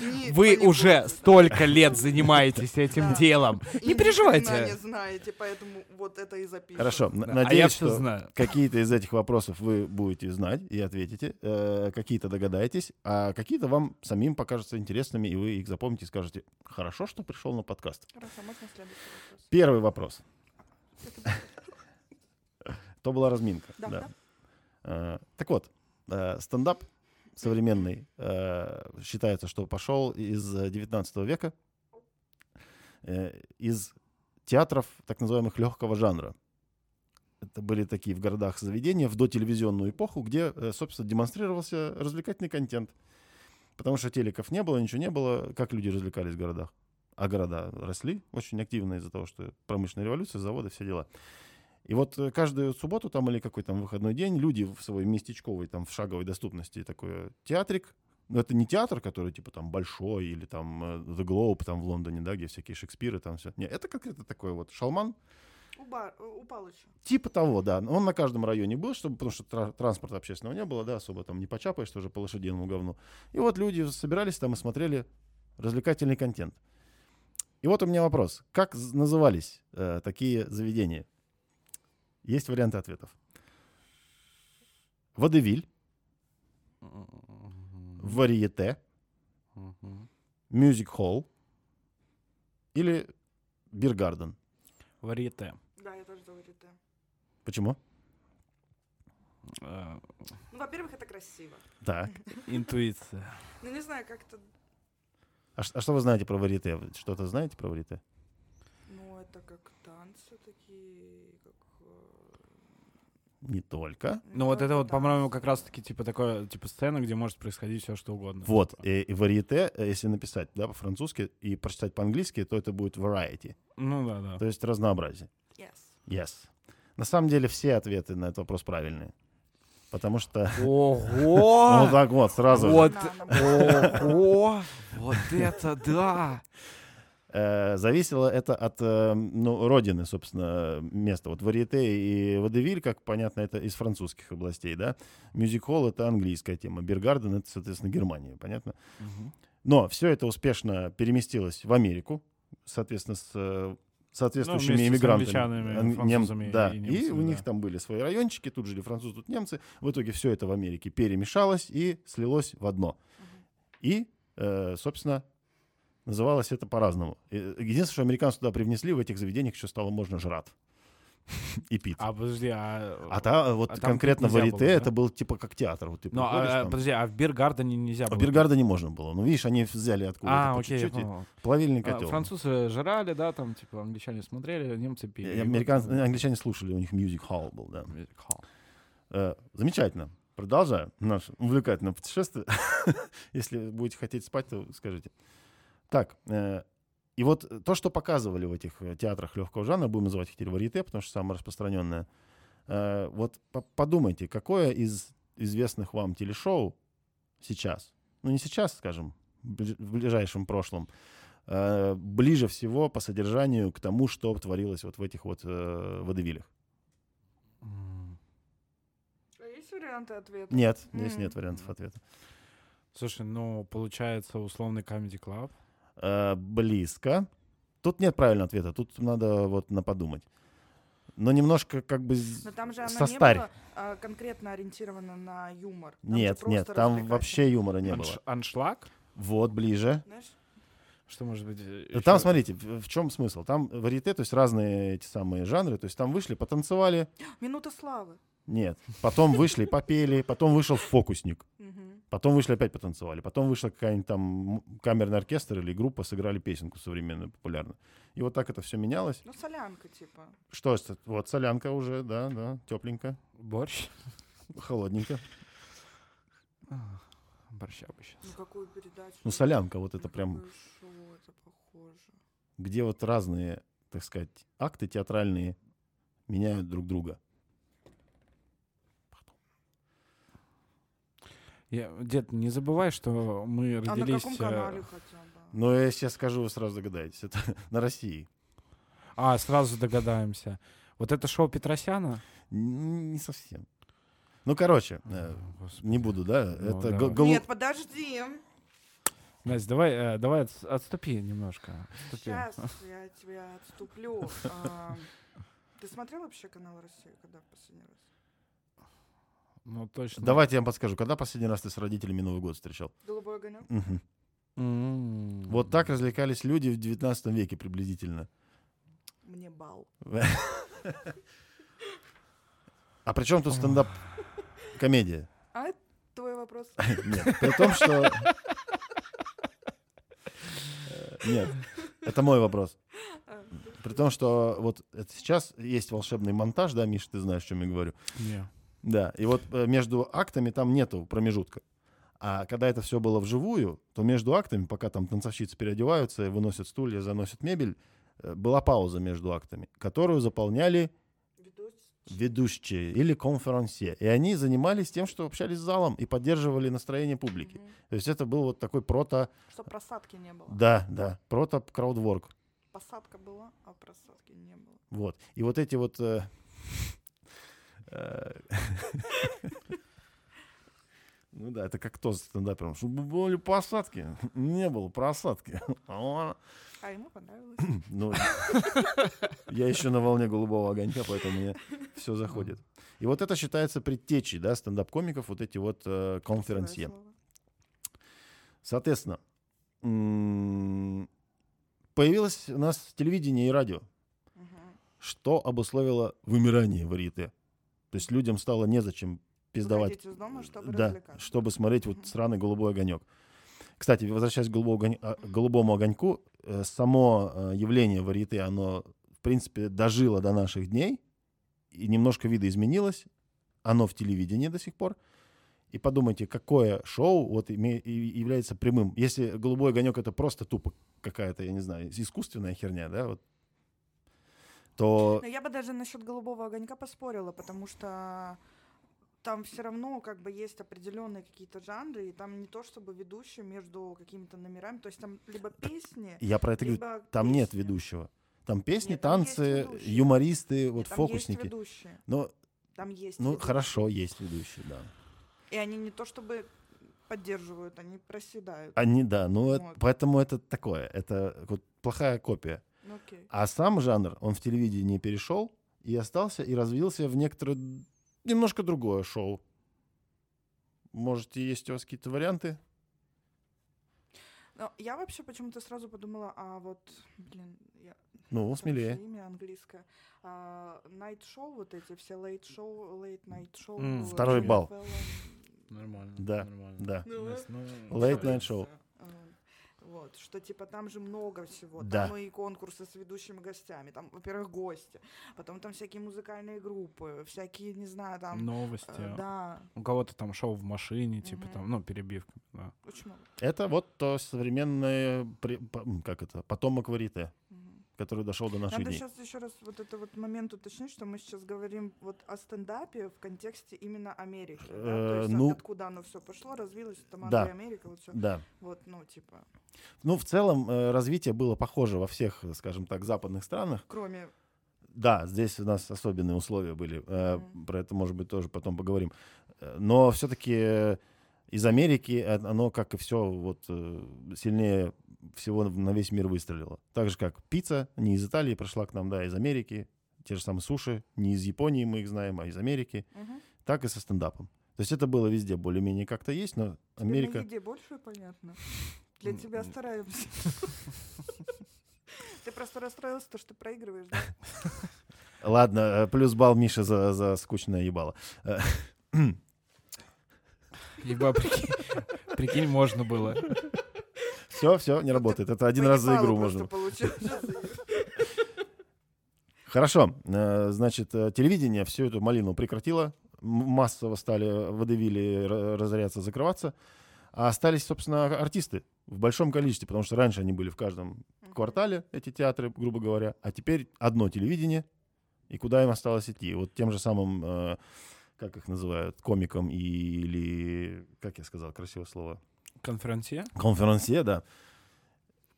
Speaker 1: Не,
Speaker 3: Вы
Speaker 1: паникуйте,
Speaker 3: уже
Speaker 1: да.
Speaker 3: столько лет занимаешь этим
Speaker 1: Да. И
Speaker 3: делом. Не
Speaker 1: ни хрена не
Speaker 3: переживайте.
Speaker 1: знаете, поэтому вот это и запишем.
Speaker 2: Хорошо, н-
Speaker 3: Да, А я
Speaker 2: надеюсь,
Speaker 3: все
Speaker 2: что
Speaker 3: знаю.
Speaker 2: какие-то из этих вопросов вы будете знать и ответите, э, какие-то догадаетесь, а какие-то вам самим покажутся интересными, и вы их запомните и скажете, хорошо, что пришел на подкаст.
Speaker 1: Хорошо, можно следующий вопрос?
Speaker 2: Первый вопрос. То была разминка.
Speaker 1: Да,
Speaker 2: да.
Speaker 1: да.
Speaker 2: Э, Так вот, э, стендап современный э, считается, что пошел из э, 19 века, э, из театров так называемых легкого жанра. Это были такие в городах заведения в дотелевизионную эпоху, где, э, собственно, демонстрировался развлекательный контент. Потому что телеков не было, ничего не было. Как люди развлекались в городах? А города росли очень активно из-за того, что промышленная революция, заводы, все дела. И вот э, каждую субботу там или какой-то там выходной день люди в свой местечковой, там, в шаговой доступности такой театрик. Но это не театр, который, типа, там, большой или там э, The Globe там в Лондоне, да, где всякие Шекспиры там все. Нет, это конкретно такой вот шалман,
Speaker 1: У, Ба- э, у Палыча.
Speaker 2: Типа того, да. Он на каждом районе был, чтобы, потому что тра- транспорта общественного не было, да, особо там не почапаешь тоже по лошадиному говну. И вот люди собирались там и смотрели развлекательный контент. И вот у меня вопрос. Как з- назывались э, такие заведения? Есть варианты ответов. Водевиль, варьете, мюзик холл или биргарден.
Speaker 3: Варьете.
Speaker 1: Да, я тоже говорю это.
Speaker 2: Почему?
Speaker 3: Э,
Speaker 1: Ну, во-первых, это красиво.
Speaker 2: Так.
Speaker 3: Интуиция.
Speaker 1: Ну, не знаю, как-то...
Speaker 2: А, ш- а что вы знаете про варьете? Что-то знаете про варьете?
Speaker 1: Ну, это как танцы такие, как... э,
Speaker 2: Не только.
Speaker 3: Ну вот это вот,
Speaker 1: танцы.
Speaker 3: по-моему, как раз-таки типа такое, типа сцена, где может происходить все что угодно.
Speaker 2: Вот, и, и варьете, э, если написать, да, по-французски и прочитать по-английски, то это будет variety,
Speaker 3: Ну да, да.
Speaker 2: то есть разнообразие.
Speaker 1: Yes.
Speaker 2: Yes. На самом деле все ответы на этот вопрос правильные. Потому что... Ну
Speaker 3: Ого!
Speaker 2: так вот, сразу. же.
Speaker 3: А! Вот,
Speaker 1: Бананом.
Speaker 3: ого! Вот это да!
Speaker 2: Э, зависело это от э, ну, родины, собственно, места. Вот варьете и водевиль, как понятно, это из французских областей, да. Мюзик-холл — это английская тема. Биргарден — это, соответственно, Германия, понятно? Но все это успешно переместилось в Америку, соответственно, с э, соответствующими
Speaker 3: Ну, вместе с
Speaker 2: иммигрантами.
Speaker 3: англичанами,
Speaker 2: Ан- нем-
Speaker 3: французами
Speaker 2: да.
Speaker 3: и
Speaker 2: И,
Speaker 3: немцами,
Speaker 2: у них
Speaker 3: да.
Speaker 2: там были свои райончики, тут жили французы, тут немцы. В итоге все это в Америке перемешалось и слилось в одно. И, э, собственно, называлось это по-разному. Э, Единственное, что американцы туда привнесли, в этих заведениях еще стало можно жрать и пить. А,
Speaker 3: А подожди, а...
Speaker 2: та, вот
Speaker 3: а там
Speaker 2: конкретно
Speaker 3: пить
Speaker 2: в
Speaker 3: нельзя
Speaker 2: Арите
Speaker 3: было, да?
Speaker 2: это был типа как театр. Вот ты
Speaker 3: Ну,
Speaker 2: приходишь
Speaker 3: а, а,
Speaker 2: там.
Speaker 3: подожди, а в Биргардене нельзя
Speaker 2: А
Speaker 3: было?
Speaker 2: Биргарда не можно было. Ну, видишь, они взяли откуда-то
Speaker 3: А,
Speaker 2: по
Speaker 3: окей, я
Speaker 2: чуть-чуть. и
Speaker 3: понял.
Speaker 2: Плавильный
Speaker 3: А,
Speaker 2: котел.
Speaker 3: Французы жрали, да, там, типа, англичане смотрели, немцы
Speaker 2: И
Speaker 3: пили. И вот
Speaker 2: американцы- ну,
Speaker 3: там-
Speaker 2: англичане слушали, у них music hall был, да.
Speaker 3: Music hall.
Speaker 2: Э, замечательно. Продолжаю наше увлекательное путешествие. Если будете хотеть спать, то скажите. Так, э, и вот то, что показывали в этих э, театрах легкого жанра, будем называть их теперь варьете, потому что самое распространенное. Э, вот по- подумайте, какое из известных вам телешоу сейчас, ну не сейчас, скажем, бли- в ближайшем прошлом, э, ближе всего по содержанию к тому, что творилось вот в этих вот э, водевилях?
Speaker 3: М.
Speaker 1: А есть варианты ответа?
Speaker 2: Нет, здесь
Speaker 1: М.
Speaker 2: нет вариантов ответа.
Speaker 3: Слушай, ну, получается, условный Comedy Club.
Speaker 2: Э, близко. Тут нет правильного ответа, тут надо вот на подумать. Но немножко как бы... з-
Speaker 1: Но там же она не
Speaker 2: Состарь.
Speaker 1: была а, конкретно ориентирована на юмор. Ну, Там же
Speaker 2: нет,
Speaker 1: просто
Speaker 2: нет, там
Speaker 1: развлекательно.
Speaker 2: вообще юмора не
Speaker 3: Анш-
Speaker 2: было.
Speaker 3: Аншлаг?
Speaker 2: Вот, ближе.
Speaker 1: Знаешь,
Speaker 3: Что может быть? э,
Speaker 2: Там,
Speaker 3: ещё?
Speaker 2: смотрите, в, в чем смысл? Там варьете, то есть разные эти самые жанры, то есть там вышли, потанцевали,
Speaker 1: минута славы.
Speaker 2: нет. Потом вышли, попели, потом вышел фокусник,
Speaker 1: Мгм.
Speaker 2: потом вышли, опять потанцевали, потом вышла какая-нибудь там м- камерный оркестр или группа, сыграли песенку современную, популярную. И вот так это все менялось.
Speaker 1: Ну, солянка, типа.
Speaker 2: Что это? Вот солянка уже, да, да, тепленько,
Speaker 3: Борщ?
Speaker 2: холодненько.
Speaker 3: А, Борща бы сейчас.
Speaker 1: Ну, какую передачу?
Speaker 2: Ну, солянка, вот
Speaker 1: На
Speaker 2: это прям,
Speaker 1: какое шоу это похоже.
Speaker 2: где вот разные, так сказать, акты театральные меняют друг друга.
Speaker 3: Я- дед, не забывай, что мы
Speaker 1: А на
Speaker 3: родились...
Speaker 1: каком
Speaker 3: э,
Speaker 1: канале хотя бы?
Speaker 2: Но если я сейчас скажу, вы сразу догадаетесь, это на России.
Speaker 3: А, сразу догадаемся. Вот это шоу Петросяна?
Speaker 2: Н- Не совсем. Ну, короче, э,
Speaker 3: Господи.
Speaker 2: не буду, да?
Speaker 3: Ну,
Speaker 2: Это
Speaker 3: да.
Speaker 2: го- голу-
Speaker 1: Нет, подожди.
Speaker 3: Настя, давай, э, давай отс- отступи немножко. Отступи.
Speaker 1: Сейчас я от тебя отступлю. А, Ты смотрел вообще канал Россия, когда в последний раз?
Speaker 3: Ну, точно.
Speaker 2: Давайте я вам подскажу, когда последний раз ты с родителями Новый год встречал?
Speaker 1: Голубой огонек?
Speaker 2: Мгм.
Speaker 3: М.
Speaker 2: Вот так развлекались люди в 19 веке приблизительно.
Speaker 1: Мне бал.
Speaker 2: А при чем тут стендап комедия?
Speaker 1: А это твой вопрос.
Speaker 2: Нет, при том, что... Э, Нет, это мой вопрос.
Speaker 1: А,
Speaker 2: При том, что вот это сейчас есть волшебный монтаж, да, Миша, ты знаешь, о чем я говорю.
Speaker 3: Не.
Speaker 2: Да, и вот э, между актами там нету промежутка. А когда это все было вживую, то между актами, пока там танцовщицы переодеваются, и выносят стулья, заносят мебель, э, была пауза между актами, которую заполняли
Speaker 1: Ведусь.
Speaker 2: ведущие или конференсье. И они занимались тем, что общались с залом и поддерживали настроение публики.
Speaker 1: Мгм.
Speaker 2: То есть это был вот такой прото...
Speaker 1: Чтоб просадки не было.
Speaker 2: Да, да, прото-краудворк.
Speaker 1: Посадка была, а просадки не было.
Speaker 2: Вот. И вот эти вот... э, э, Ну да, это как то с стендапером. Чтобы были посадки, не было просадки. А,
Speaker 1: А ему понравилось.
Speaker 2: Ну, я еще на волне голубого огонька, поэтому мне все заходит. И вот это считается предтечей, да, стендап-комиков, вот эти вот э, конференсье.
Speaker 1: Красивое слово.
Speaker 2: Соответственно, м, появилось у нас телевидение и радио.
Speaker 1: Мгм.
Speaker 2: что обусловило вымирание варьете. То есть людям стало незачем пиздавать.
Speaker 1: Выходить из дома, чтобы
Speaker 2: да,
Speaker 1: развлекаться.
Speaker 2: чтобы смотреть вот
Speaker 1: Мгм.
Speaker 2: сраный голубой огонек. Кстати, возвращаясь к голубому, огонь- а, голубому огоньку, э, само э, явление варьете, оно, в принципе, дожило до наших дней и немножко видоизменилось. Оно в телевидении до сих пор. И подумайте, какое шоу вот име- и является прямым. Если голубой огонек это просто тупо какая-то, я не знаю, искусственная херня, да, вот, то
Speaker 1: Но я бы даже насчет голубого огонька поспорила, потому что там все равно как бы есть определенные какие-то жанры, и там не то чтобы ведущие между какими-то номерами, то есть там либо песни,
Speaker 2: я про это говорю.
Speaker 1: либо
Speaker 2: Там нет
Speaker 1: песни.
Speaker 2: ведущего. Там песни,
Speaker 1: Нет, там есть
Speaker 2: танцы,
Speaker 1: ведущий.
Speaker 2: юмористы,
Speaker 1: Нет,
Speaker 2: вот
Speaker 1: там Есть
Speaker 2: фокусники.
Speaker 1: ведущие.
Speaker 2: Но,
Speaker 1: Там есть.
Speaker 2: ну,
Speaker 1: ведущие.
Speaker 2: хорошо, есть ведущий, да.
Speaker 1: И они не то чтобы поддерживают, они проседают.
Speaker 2: Они, да, ну, э,
Speaker 1: Вот.
Speaker 2: поэтому это такое, это вот плохая копия.
Speaker 1: Ну окей.
Speaker 2: А сам жанр, он в телевидении перешел и остался, и развился в некоторое, д- немножко другое шоу. Можете, есть у вас какие-то варианты?
Speaker 1: Но я вообще почему-то сразу подумала, а вот, блин, я
Speaker 2: Ну,
Speaker 1: Как же
Speaker 2: смелее.
Speaker 1: имя английское. Найт шоу вот эти все лейт шоу, лейт найт шоу.
Speaker 3: М,
Speaker 2: второй бал.
Speaker 1: э,
Speaker 3: Нормально.
Speaker 2: Да,
Speaker 3: Нормально.
Speaker 2: да.
Speaker 1: Ну,
Speaker 3: Настя, ну,
Speaker 2: Late
Speaker 3: давай.
Speaker 2: Night Show.
Speaker 1: э, Вот, что типа там же много всего.
Speaker 2: Да.
Speaker 1: Там и конкурсы с ведущими гостями. Там, во-первых, гости. Потом там всякие музыкальные группы, всякие, не знаю, там...
Speaker 2: Ну,
Speaker 3: Новости.
Speaker 1: э,
Speaker 2: а
Speaker 1: да,
Speaker 3: У кого-то там шоу в машине, типа
Speaker 1: Мгм.
Speaker 3: там, ну, перебивка. да.
Speaker 1: очень много.
Speaker 2: Это вот то современное, при- по- м, как это, потомок варите,
Speaker 1: Мгм.
Speaker 2: который дошел до наших
Speaker 1: Надо
Speaker 2: дней.
Speaker 1: сейчас еще раз вот этот вот момент уточнить, что мы сейчас говорим вот о стендапе в контексте именно Америки. да,
Speaker 2: Э,
Speaker 1: То есть
Speaker 2: ну-
Speaker 1: от- откуда оно все пошло, развилось, там
Speaker 2: Да.
Speaker 1: Англия, Америка, вот все.
Speaker 2: Да.
Speaker 1: Вот, ну, типа,
Speaker 2: Ну, в целом, э, развитие было похоже во всех, э, скажем так, западных странах.
Speaker 1: кроме...
Speaker 2: Да, здесь у нас особенные условия были. э,
Speaker 1: Мгм.
Speaker 2: Про это, может быть, тоже потом поговорим. Э, Но все-таки из Америки э, оно, как и все, вот э, сильнее всего на весь мир выстрелило. Так же, как пицца не из Италии пришла к нам, да, а из Америки. Те же самые суши не из Японии мы их знаем, а из Америки.
Speaker 1: Мгм.
Speaker 2: Так и со стендапом. То есть это было везде более-менее как-то есть, но
Speaker 1: Тебе
Speaker 2: Америка...
Speaker 1: на еде больше понятно. Для
Speaker 3: М,
Speaker 1: тебя
Speaker 3: м.
Speaker 1: стараемся. Ты просто расстроился, то, что проигрываешь, да?
Speaker 2: Ладно, э, плюс балл Миша за, за скучное ебало.
Speaker 3: Еба, прикинь, прикинь, можно было.
Speaker 2: Все, все, не работает. Это один раз за
Speaker 1: Поебало
Speaker 2: игру
Speaker 1: просто
Speaker 2: можно.
Speaker 1: получилось.
Speaker 2: Хорошо. э, Значит, э, телевидение всю эту малину прекратило. М- Массово стали водевили ра- разоряться, закрываться. А остались, собственно, артисты в большом количестве, потому что раньше они были в каждом
Speaker 1: Мгм.
Speaker 2: квартале, эти театры, грубо говоря. А теперь одно телевидение. И куда им осталось идти? Вот тем же самым, э, как их называют, комиком и- или, как я сказал, красивое слово,
Speaker 3: Конференция?
Speaker 2: конференсье, да.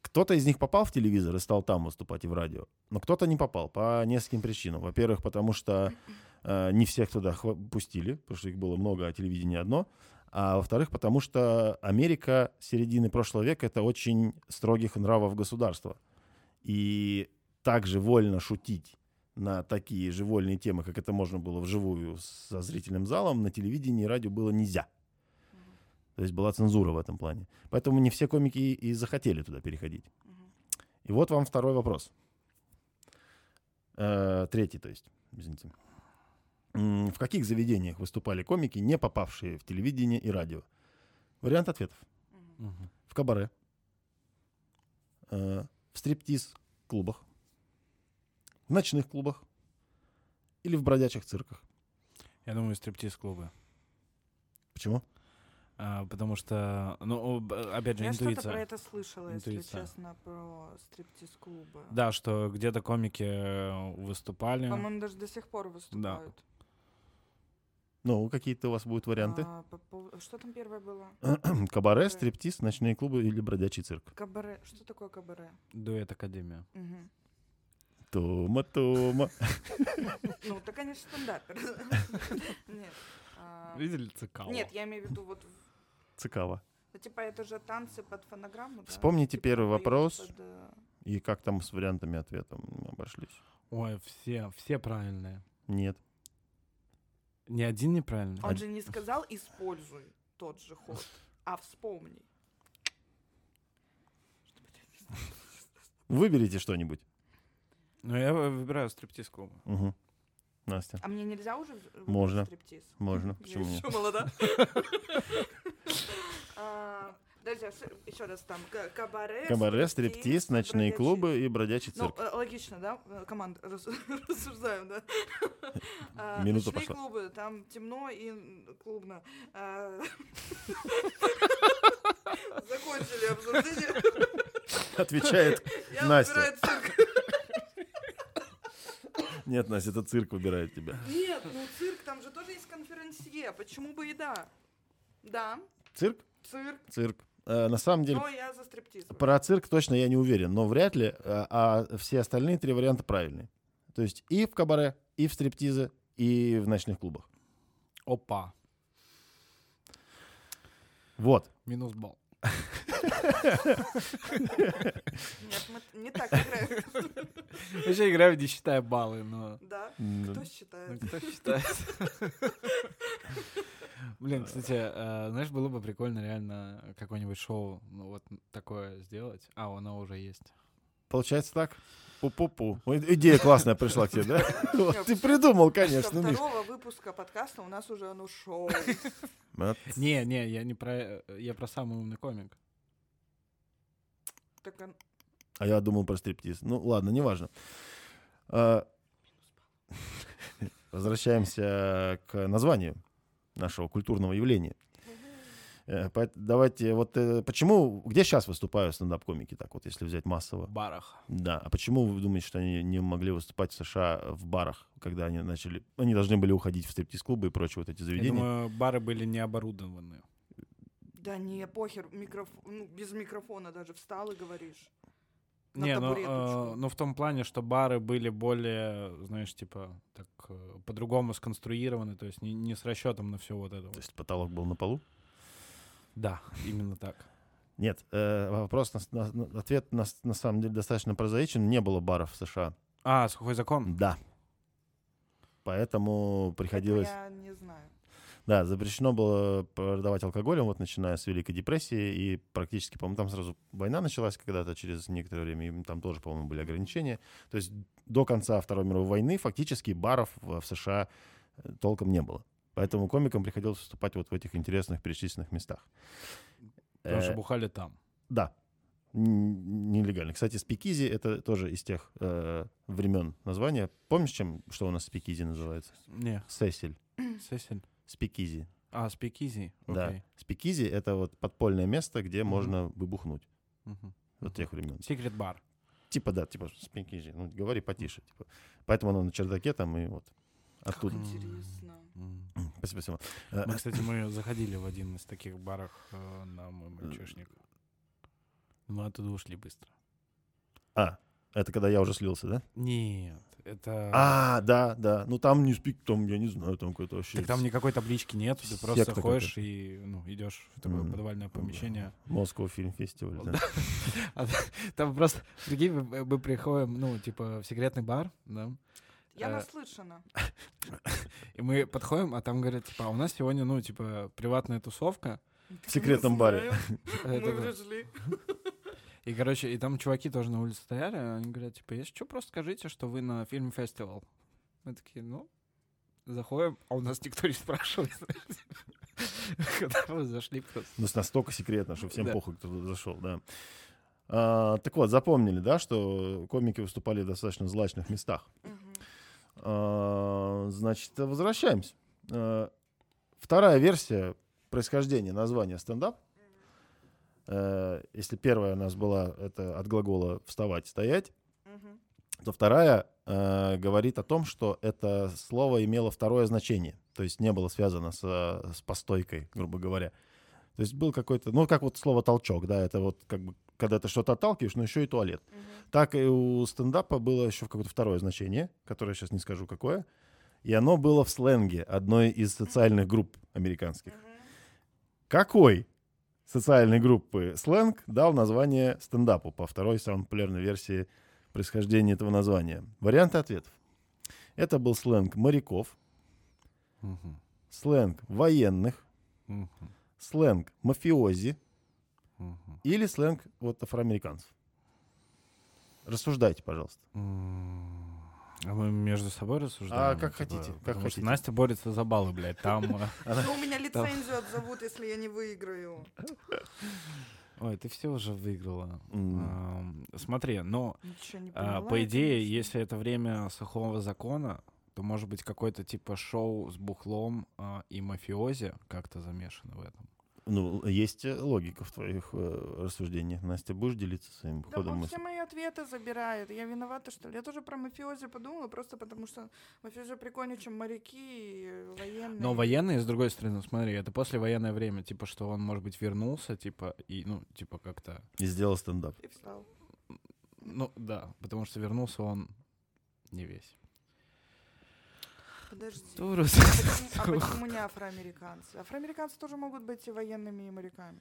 Speaker 2: Кто-то из них попал в телевизор и стал там выступать и в радио, но кто-то не попал по нескольким причинам. Во-первых, потому что э, не всех туда хва- пустили, потому что их было много, а телевидение одно. А во-вторых, потому что Америка середины прошлого века это очень строгих нравов государство. И также вольно шутить на такие же вольные темы, как это можно было вживую со зрительным залом, на телевидении и радио было нельзя. То есть была цензура в этом плане. Поэтому не все комики и захотели туда переходить.
Speaker 1: Мгм.
Speaker 2: И вот вам второй вопрос. Э, третий, то есть, извините. М, В каких заведениях выступали комики, не попавшие в телевидение и радио? Вариант ответов.
Speaker 1: Мгм.
Speaker 3: Мгм.
Speaker 2: В кабаре, э, в стриптиз-клубах, в ночных клубах или в бродячих цирках.
Speaker 3: Я думаю, стриптиз-клубы.
Speaker 2: Почему?
Speaker 3: А, потому что, ну, б- опять же,
Speaker 1: Я что-то про
Speaker 3: интуиция.
Speaker 1: это слышала, если
Speaker 3: Интуиция.
Speaker 1: честно, про стриптиз-клубы.
Speaker 3: Да, что где-то комики э, выступали.
Speaker 1: По-моему, даже до сих пор выступают.
Speaker 2: Ну, какие-то у вас будут варианты?
Speaker 1: А, по пов- Что там первое было?
Speaker 2: Кабаре, стриптиз, ночные клубы или бродячий цирк.
Speaker 1: Кабаре. Что такое кабаре?
Speaker 3: Дуэт Академия.
Speaker 1: Мгм.
Speaker 2: Тома, Тома.
Speaker 1: Ну, это, конечно, стендапер. Нет. а,
Speaker 3: Видели цикал?
Speaker 1: Нет, я имею в виду вот... в-
Speaker 2: Цикава.
Speaker 1: ну, Типа это же танцы под фонограмму, да?
Speaker 2: Вспомните
Speaker 1: Типа
Speaker 2: первый
Speaker 1: поют
Speaker 2: вопрос.
Speaker 1: под, э,
Speaker 2: И как там с вариантами ответа мы обошлись?
Speaker 3: Ой, все, все правильные.
Speaker 2: Нет.
Speaker 3: Ни один неправильный.
Speaker 2: А
Speaker 1: Он же не сказал «используй тот же ход», а «вспомни».
Speaker 2: Выберите что-нибудь.
Speaker 3: Ну, я вы- выбираю стриптиз-клубы.
Speaker 2: Мгм. Настя,
Speaker 1: А мне нельзя уже в- выбрать
Speaker 2: Можно.
Speaker 1: стриптиз?
Speaker 2: можно.
Speaker 1: Я
Speaker 2: Почему нет?
Speaker 1: ещё молода. А, Подожди, еще раз там. К- Кабаре,
Speaker 2: Кабаре, стриптиз, ночные
Speaker 1: бродячий-
Speaker 2: клубы и бродячий
Speaker 1: Ну,
Speaker 2: цирк.
Speaker 1: э, логично, да? Э, Команд раз- рассуждаем, да? А,
Speaker 2: Минута
Speaker 1: ночные
Speaker 2: пошла.
Speaker 1: клубы, там темно и м, клубно. А, Закончили обсуждение.
Speaker 2: Отвечает.
Speaker 1: Я
Speaker 2: Настя.
Speaker 1: выбираю цирк.
Speaker 2: Нет, Настя, это цирк выбирает тебя.
Speaker 1: Нет, ну цирк, там же тоже есть конференсье, почему бы и да? Да,
Speaker 2: Цирк?
Speaker 1: цирк,
Speaker 2: Цирк. Э, На самом деле,
Speaker 1: но я за стриптиз.
Speaker 2: про цирк точно я не уверен, но вряд ли, э, а все остальные три варианта правильные. То есть и в кабаре, и в стриптизе, и в ночных клубах.
Speaker 3: Опа.
Speaker 2: Вот.
Speaker 3: Минус балл.
Speaker 1: Нет, мы не так играем.
Speaker 3: Вообще играю, не считая баллы, но...
Speaker 1: Да,
Speaker 2: М,
Speaker 1: кто считает?
Speaker 3: кто считает? Блин, кстати, э, знаешь, было бы прикольно реально какое-нибудь шоу, ну вот такое сделать. А, оно уже есть.
Speaker 2: Получается так? Пу-пу-пу. Ой, Идея классная пришла к тебе, да? Вот Ты придумал,
Speaker 1: Со
Speaker 2: конечно, ну, Миш.
Speaker 1: второго выпуска подкаста у нас уже оно шоу.
Speaker 2: Молодцы.
Speaker 3: Не, не, я не про... э, Я про самый умный комик.
Speaker 1: Так, он-
Speaker 2: А я думал про стриптиз. Ну, ладно, неважно. А, Возвращаемся к названию нашего культурного явления. Э, поэт- Давайте, вот э, почему, где сейчас выступают стендап-комики, так вот, если взять массово?
Speaker 3: В барах.
Speaker 2: Да, а почему вы думаете, что они не могли выступать в США в барах, когда они начали, они должны были уходить в стриптиз-клубы и прочие вот эти
Speaker 3: Я
Speaker 2: заведения?
Speaker 3: думаю, бары были не оборудованы.
Speaker 1: Да не, похер, микроф- ну, без микрофона даже встал и говоришь. На
Speaker 3: Не, ну,
Speaker 1: табуреточку.
Speaker 3: э, ну в том плане, что бары были более, знаешь, типа, так э, по-другому сконструированы, то есть не, не с расчетом на все вот это. вот.
Speaker 2: То есть потолок был на полу?
Speaker 3: Да, именно так.
Speaker 2: Нет, э, вопрос, на с- на- на- ответ на, с- на самом деле достаточно прозаичен. Не было баров в США.
Speaker 3: А, сухой закон?
Speaker 2: Да. Поэтому
Speaker 1: Поэтому
Speaker 2: приходилось...
Speaker 1: Я не знаю.
Speaker 2: Да, запрещено было продавать алкоголем, вот начиная с Великой депрессии, и практически, по-моему, там сразу война началась когда-то через некоторое время, и там тоже, по-моему, были ограничения. То есть до конца Второй мировой войны фактически баров в в США э, толком не было. Поэтому комикам приходилось выступать вот в этих интересных перечисленных местах.
Speaker 3: Потому что
Speaker 2: Э,
Speaker 3: бухали там.
Speaker 2: Да. Н- Нелегально. Кстати, спикизи — это тоже из тех э, времен названия. Помнишь, чем, что у нас спикизи называется?
Speaker 3: Не,
Speaker 2: Сесель.
Speaker 3: Сесель.
Speaker 2: Спикизи.
Speaker 3: А, спикизи?
Speaker 2: Да. Спикизи — это вот подпольное место, где
Speaker 3: Мгм.
Speaker 2: можно выбухнуть. Вот
Speaker 3: Мгм.
Speaker 2: тех времен.
Speaker 3: Секрет бар.
Speaker 2: Типа, да, типа спикизи. Ну, говори потише. Типа. Поэтому оно на чердаке там и вот. Оттуда.
Speaker 1: Как интересно.
Speaker 2: Спасибо, спасибо. Э,
Speaker 3: Мы, кстати, мы заходили
Speaker 2: Э,
Speaker 3: в один из таких барах э, на мой мальчишник. Мы оттуда ушли быстро.
Speaker 2: А, это когда я уже слился, да?
Speaker 3: Нет, это...
Speaker 2: А, да, да. Ну там не спик, там, я не знаю, там какой-то вообще...
Speaker 3: Так там никакой таблички нет, ты просто
Speaker 2: Секта
Speaker 3: ходишь и ну, идешь в такое
Speaker 2: Мгм.
Speaker 3: подвальное помещение.
Speaker 2: Москва фильм фестиваль, да.
Speaker 3: А Там просто, прикинь, мы мы приходим, ну, типа, в секретный бар, да,
Speaker 1: Я
Speaker 3: Э,
Speaker 1: наслышана.
Speaker 3: и мы подходим, а там говорят, типа, «А у нас сегодня, ну, типа, приватная тусовка.
Speaker 2: В секретном баре.
Speaker 3: Э,
Speaker 1: Мы
Speaker 3: это-
Speaker 1: пришли.
Speaker 3: И, короче, и там чуваки тоже на улице стояли, они говорят, типа, если что, просто скажите, что вы на фильм-фестивал. Мы такие, ну, заходим, а у нас никто не спрашивает. Когда мы зашли просто.
Speaker 2: Ну, с- настолько секретно, что всем
Speaker 3: Да.
Speaker 2: похуй, кто туда зашел, да. А, так вот, запомнили, да, что комики выступали в достаточно злачных местах.
Speaker 1: Мгм.
Speaker 2: А, Значит, возвращаемся. Э, Вторая версия происхождения названия стендап. Э, Если первая у нас была это от глагола вставать, стоять,
Speaker 1: Мгм.
Speaker 2: то вторая э, говорит о том, что это слово имело второе значение, то есть не было связано с, э, с постойкой, грубо говоря. То есть был какой-то, ну как вот слово толчок, да, это вот как бы когда ты что-то отталкиваешь, но еще и туалет.
Speaker 1: Мгм.
Speaker 2: Так и у стендапа было еще какое-то второе значение, которое я сейчас не скажу какое. И оно было в сленге одной из социальных групп американских.
Speaker 1: Мгм.
Speaker 2: Какой социальной группы сленг дал название стендапу по второй самой популярной версии происхождения этого названия? Варианты ответов. Это был сленг моряков, сленг военных, сленг мафиози или сленг вот афроамериканцев. Рассуждайте, пожалуйста.
Speaker 3: А мы между собой рассуждаем.
Speaker 2: А, как
Speaker 3: типа,
Speaker 2: хотите, как
Speaker 3: потому что
Speaker 2: хотите.
Speaker 3: Настя борется за баллы, блядь. Там. э,
Speaker 1: Ну, у меня лицензию отзовут, если я не выиграю.
Speaker 3: Ой, ты все уже выиграла.
Speaker 2: М,
Speaker 3: Ам, Смотри, но
Speaker 1: Ничего не
Speaker 3: А,
Speaker 1: поняла.
Speaker 3: По идее,
Speaker 1: конечно.
Speaker 3: если это время сухого закона, то может быть какое-то типа шоу с бухлом а, и мафиози как-то замешаны в этом.
Speaker 2: Ну, есть э, логика в твоих э, рассуждениях. Настя, будешь делиться своим
Speaker 1: Да
Speaker 2: ходом
Speaker 1: он
Speaker 2: мысли?
Speaker 1: все мои ответы забирает. Я виновата, что ли? Я тоже про мафиози подумала, просто потому что мафиози прикольнее, чем моряки и военные.
Speaker 3: Но военные, с другой стороны, смотри, это послевоенное время, типа, что он, может быть, вернулся, типа, и, ну, типа, как-то...
Speaker 2: И сделал стендап.
Speaker 1: И встал.
Speaker 3: Ну, да, потому что вернулся он не весь.
Speaker 1: Подожди.
Speaker 3: Ту-
Speaker 1: А почему- А почему не афроамериканцы? Афроамериканцы тоже могут быть и военными, и моряками.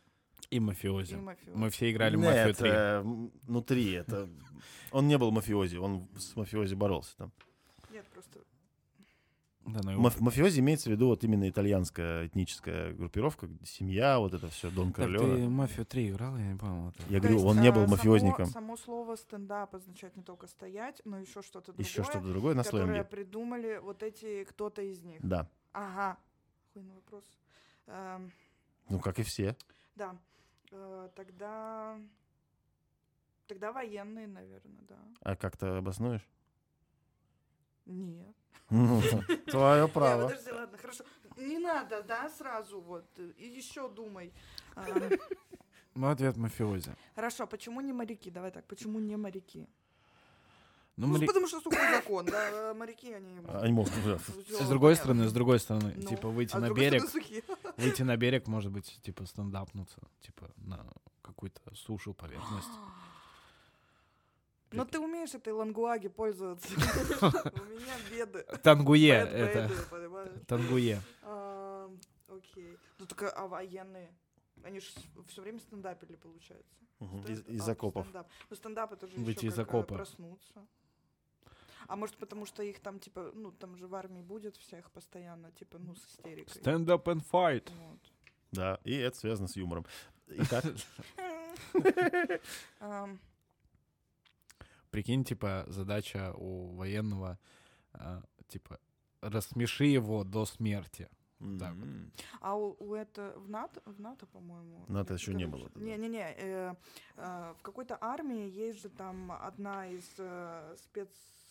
Speaker 3: И
Speaker 1: И
Speaker 3: мафиози.
Speaker 1: мафиози.
Speaker 3: Мы все играли в
Speaker 2: Нет,
Speaker 3: «Мафию 3».
Speaker 2: э, м, ну, три. Это... Он не был мафиози, он с мафиози боролся там.
Speaker 1: Нет, просто...
Speaker 3: Да, ну, и
Speaker 2: Маф- мафиози имеется в виду вот именно итальянская этническая группировка, где семья, вот это все, Дон
Speaker 3: Так
Speaker 2: Корлеона.
Speaker 3: ты «Мафию 3» играл, я не помню. вот это.
Speaker 2: Я
Speaker 1: То
Speaker 2: говорю,
Speaker 1: есть,
Speaker 2: он не
Speaker 1: а,
Speaker 2: был
Speaker 1: само-
Speaker 2: мафиозником.
Speaker 1: Само слово стендап означает не только стоять, но еще что-то другое,
Speaker 2: Еще что-то другое на
Speaker 1: которое
Speaker 2: сленге.
Speaker 1: придумали вот эти кто-то из них.
Speaker 2: Да.
Speaker 1: Ага. Хуйный вопрос. Эм,
Speaker 2: Ну, как и все.
Speaker 1: Да. Э, Тогда... Тогда военные, наверное, да.
Speaker 2: А как ты обоснуешь?
Speaker 1: Нет.
Speaker 2: Ну, Твое
Speaker 1: Не,
Speaker 2: право.
Speaker 1: подожди, ладно, хорошо. Не надо, да, сразу вот. э, И еще думай. А,
Speaker 3: Мой Ну, ответ «Мафиози».
Speaker 1: Хорошо, почему не моряки? Давай так, почему не моряки? Ну,
Speaker 3: Ну, моря-
Speaker 1: потому что сухой закон, да, э, моряки они...
Speaker 2: А, не мог, да.
Speaker 1: Всё,
Speaker 3: С другой
Speaker 1: нет.
Speaker 3: стороны, с другой стороны,
Speaker 1: Ну,
Speaker 3: типа выйти
Speaker 1: А с
Speaker 3: на
Speaker 1: другой
Speaker 3: берег,
Speaker 1: стороны, сухие.
Speaker 3: выйти на берег, может быть, типа стендапнуться, типа на какую-то сушу поверхность.
Speaker 1: Но ты умеешь этой лангуаги пользоваться. У меня беды.
Speaker 3: Тангуе
Speaker 1: Бэд,
Speaker 3: это.
Speaker 1: бэды, понимаешь?
Speaker 3: Тангуе.
Speaker 1: А, Окей. Ну так а а военные? Они же все время стендапили, получается.
Speaker 2: Мгм.
Speaker 1: Стенд-
Speaker 2: Из-
Speaker 1: а,
Speaker 2: Из окопов.
Speaker 1: стендап. Ну стендап это же
Speaker 3: Выйти
Speaker 1: ещё
Speaker 3: из
Speaker 1: как, а,
Speaker 3: окопа.
Speaker 1: проснуться. А может потому что их там типа, ну там же в армии будет всех постоянно, типа, ну с истерикой.
Speaker 3: Stand up and fight.
Speaker 1: Вот.
Speaker 2: Да, и это связано с юмором. Итак,
Speaker 1: Ам,
Speaker 3: Прикинь, типа, задача у военного, а, типа, рассмеши его до смерти. Так вот.
Speaker 2: м,
Speaker 1: А у, у это в НАТО, в НАТО, по-моему.
Speaker 2: НАТО
Speaker 1: э,
Speaker 2: ещё не
Speaker 1: короче,
Speaker 2: было тогда.
Speaker 1: Не, не, не. э, э, в какой-то армии есть же там одна из э, спец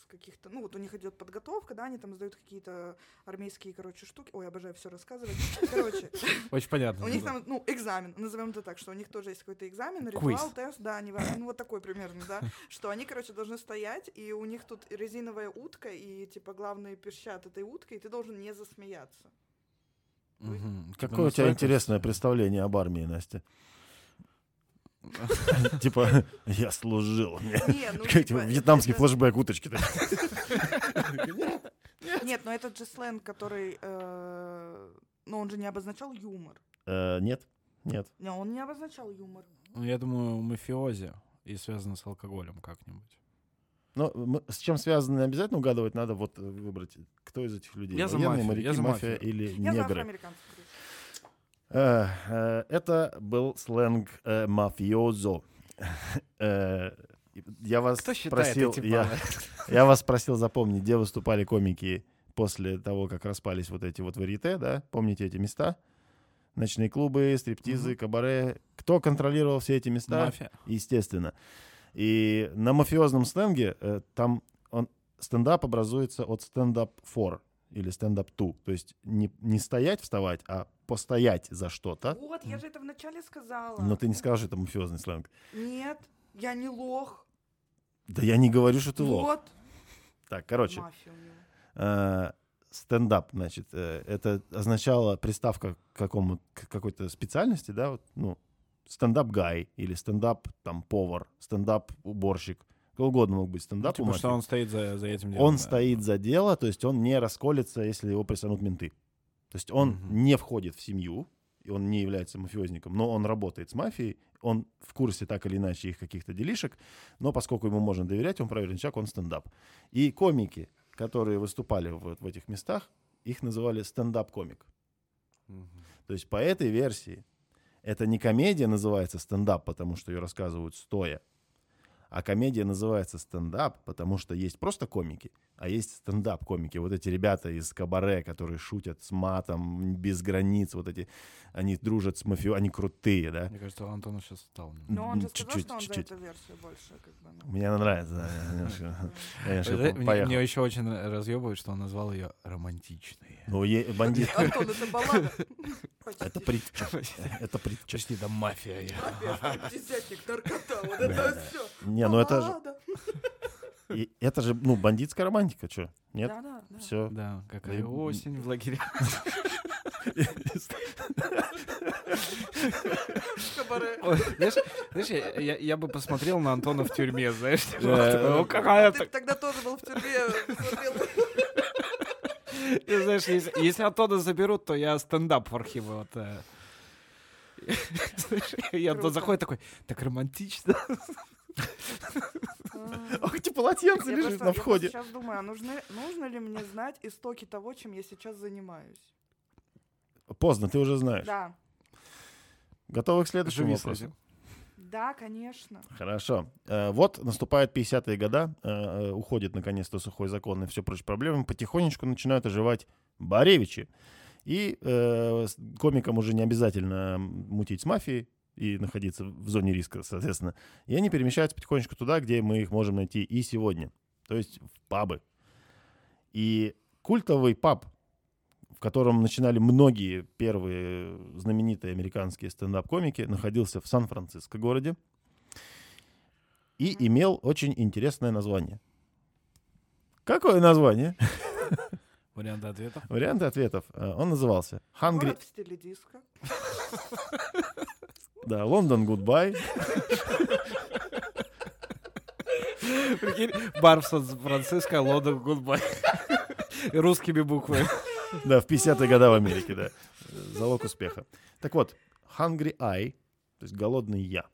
Speaker 1: каких-то, ну вот у них идет подготовка, да, они там сдают какие-то армейские, короче, штуки. Ой, обожаю все рассказывать. Короче,
Speaker 3: Очень понятно.
Speaker 1: у них
Speaker 3: было.
Speaker 1: там, ну, экзамен, назовем это так, что у них тоже есть какой-то экзамен,
Speaker 3: Квиз.
Speaker 1: ритуал, тест, да, неважно, ну, вот такой примерно, да, что они, короче, должны стоять, и у них тут резиновая утка, и, типа, главные пищат этой уткой, и ты должен не засмеяться.
Speaker 3: Мгм. Типа
Speaker 2: Какое у тебя
Speaker 3: Ну, настолько-
Speaker 2: интересное представление об армии, Настя? Типа, я служил.
Speaker 1: Не, ну,
Speaker 2: Как
Speaker 1: типа,
Speaker 2: типа, Вьетнамский
Speaker 1: это-
Speaker 2: флешбэк уточки.
Speaker 1: Нет, но этот же сленг, который... э, Ну, он же не обозначал юмор.
Speaker 2: Э, Нет, нет.
Speaker 1: Не, он не обозначал юмор.
Speaker 3: Ну, я думаю, мафиози и связано с алкоголем как-нибудь.
Speaker 2: Но Ну, мы- с чем связано, не обязательно угадывать, надо вот э, выбрать, кто из этих людей.
Speaker 3: Я за
Speaker 2: Военные,
Speaker 3: мафию,
Speaker 2: моряки,
Speaker 3: я за
Speaker 2: мафия
Speaker 3: мафию.
Speaker 2: или
Speaker 1: Я за
Speaker 2: негры.
Speaker 1: афроамериканцев. говорю.
Speaker 2: Э, э, Это был сленг э, мафиозо. Э, Я вас просил, я, я вас просил запомнить, где выступали комики после того, как распались вот эти вот варьете, да? Помните эти места? Ночные клубы, стриптизы,
Speaker 3: Мгм.
Speaker 2: кабаре. Кто контролировал все эти места?
Speaker 3: Мафия.
Speaker 2: Естественно. И на мафиозном сленге э, там он, стендап образуется от стендап for или стендап to. То есть не, не стоять, вставать, а постоять за что-то.
Speaker 1: Вот, я же это вначале сказала.
Speaker 2: А? Но ты не сказал, что это мафиозный сленг.
Speaker 1: Нет, я не лох.
Speaker 2: Да я не говорю, что ты лох.
Speaker 1: Вот.
Speaker 2: Так, короче.
Speaker 1: Мафия у него.
Speaker 2: э, стендап, значит, э, это означало приставка к какому к какой-то специальности, да, вот, ну, стендап гай или стендап там повар, стендап уборщик, кто угодно мог быть а
Speaker 3: Ну,
Speaker 2: стендап.
Speaker 3: типа, что он стоит за, за этим делом.
Speaker 2: он
Speaker 3: да.
Speaker 2: стоит за дело, то есть он не расколется, если его присанут менты. То есть он
Speaker 3: Мгм.
Speaker 2: не входит в семью, и он не является мафиозником, но он работает с мафией, он в курсе так или иначе их каких-то делишек, но поскольку ему можно доверять, он проверенный человек, он стендап. И комики, которые выступали вот в этих местах, их называли стендап-комик.
Speaker 3: Мгм.
Speaker 2: То есть по этой версии это не комедия называется стендап, потому что ее рассказывают стоя, а комедия называется стендап, потому что есть просто комики, а есть стендап-комики. Вот эти ребята из кабаре, которые шутят с матом, без границ, вот эти, они дружат с мафио, они крутые, да?
Speaker 3: Мне кажется, у Антона сейчас встал.
Speaker 1: Но он же сказал,
Speaker 2: Чуть-чуть,
Speaker 1: что он
Speaker 2: чуть-чуть.
Speaker 1: за эту версию больше, как бы, ну.
Speaker 2: Мне она нравится. да, немножко. Конечно,
Speaker 3: Мне,
Speaker 2: поехал.
Speaker 3: мне еще очень разъебывает, что он назвал ее романтичной.
Speaker 2: Ну, е- бандит.
Speaker 1: Антон, это баллада. Почти.
Speaker 2: Это притча. Это притча.
Speaker 3: Почти да мафия. я.
Speaker 1: Мафия, десятник, наркота, вот это все.
Speaker 2: Не, ну это же, и- это же, ну, бандитская романтика, что? Нет?
Speaker 1: Да, да, да.
Speaker 2: Все.
Speaker 3: Да, какая
Speaker 2: Да и-
Speaker 3: осень в лагерях.
Speaker 1: Кабаре.
Speaker 3: Ой, Знаешь, знаешь, я, я- я бы посмотрел на Антона в тюрьме, знаешь, типа,
Speaker 2: Да.
Speaker 3: такой, «О, какая
Speaker 1: Ты
Speaker 3: ты,
Speaker 1: тогда тоже был в тюрьме, э, смотрел.
Speaker 3: ты знаешь, если, если Антона заберут, то я стендап в архивы вот. э. Знаешь, И Антон
Speaker 1: Круто.
Speaker 3: заходит такой, так романтично.
Speaker 1: А.
Speaker 2: Ах, эти полотенце
Speaker 1: Я
Speaker 2: лежит
Speaker 1: просто-
Speaker 2: на
Speaker 1: я
Speaker 2: входе.
Speaker 1: сейчас думаю, а нужны- нужно ли мне знать истоки того, чем я сейчас занимаюсь?
Speaker 2: Поздно, ты уже знаешь.
Speaker 1: Да,
Speaker 2: Готовы к следующему
Speaker 3: Живи с
Speaker 2: вопросу?
Speaker 3: этим.
Speaker 1: да, конечно.
Speaker 2: Хорошо. Э, Вот наступают 50-е года, э, э, уходит наконец-то сухой закон и все прочие проблемы. Потихонечку начинают оживать Баревичи. И э, с- комикам уже не обязательно мутить с мафией и находиться в зоне риска, соответственно. И они перемещаются потихонечку туда, где мы их можем найти и сегодня. То есть в пабы. И культовый паб, в котором начинали многие первые знаменитые американские стендап-комики, находился в Сан-Франциско городе и
Speaker 1: Мгм.
Speaker 2: имел очень интересное название. Какое название?
Speaker 3: Вариант ответа.
Speaker 2: Варианты ответов. Э, Он назывался Hungry...
Speaker 1: Город в стиле диска.
Speaker 2: Да, Лондон Goodbye.
Speaker 3: Прикинь, Бар в Сан-Франциско, Лондон, гудбай. Русскими буквами.
Speaker 2: Да, в 50-е годы в Америке, да. Э, Залог успеха. Так вот, Hungry Eye, то есть голодный я.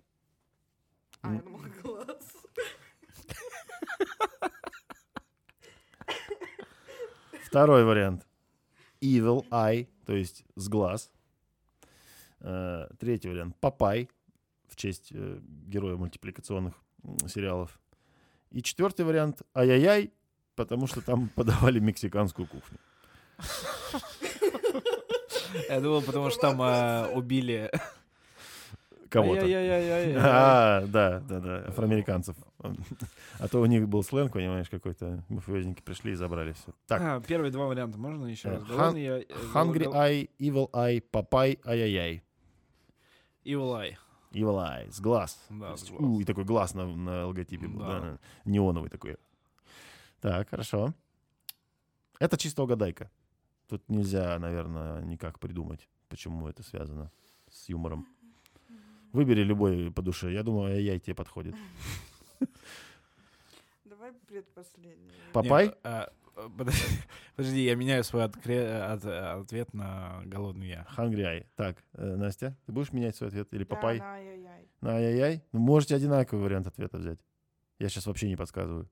Speaker 1: А, я
Speaker 2: М.
Speaker 1: думала, глаз.
Speaker 2: Второй вариант. Evil Eye, то есть с глаз. Э, Третий вариант. Папай, в честь э, героя мультипликационных м, сериалов. И четвертый вариант. Ай-яй-яй, потому что там подавали мексиканскую кухню.
Speaker 3: Я думал, потому что там а, убили...
Speaker 2: Кого-то.
Speaker 3: Ай-яй-яй-яй-яй.
Speaker 2: А, да, да, да, афроамериканцев. А то у них был сленг, понимаешь, какой-то. Мафиозники пришли и забрали все. Так,
Speaker 3: А, Первые два варианта можно еще
Speaker 2: Э,
Speaker 3: раз?
Speaker 2: хан-
Speaker 3: Голодный я- э,
Speaker 2: Hungry
Speaker 3: гол-
Speaker 2: Eye, Evil Eye, Папай, Ай-яй-яй.
Speaker 3: Evil Eye.
Speaker 2: Evil Eye, с глаз.
Speaker 3: Да,
Speaker 2: То есть,
Speaker 3: с глаз.
Speaker 2: у, и такой глаз на, на логотипе был,
Speaker 3: Да.
Speaker 2: да, неоновый такой. Так, хорошо. Это чисто угадайка. Тут нельзя, наверное, никак придумать, почему это связано с юмором. Выбери любой по душе. Я думаю, ай-яй тебе подходит.
Speaker 1: Давай предпоследний.
Speaker 2: Папай?
Speaker 3: Не, а, а, подожди, подожди, я меняю свой откре- от- э, ответ на голодный я.
Speaker 2: Хангри ай. Так, э, Настя, ты будешь менять свой ответ? Или
Speaker 1: Да,
Speaker 2: папай?
Speaker 1: на ай-яй-яй.
Speaker 2: На ай-яй? Ну, можете одинаковый вариант ответа взять. Я сейчас вообще не подсказываю.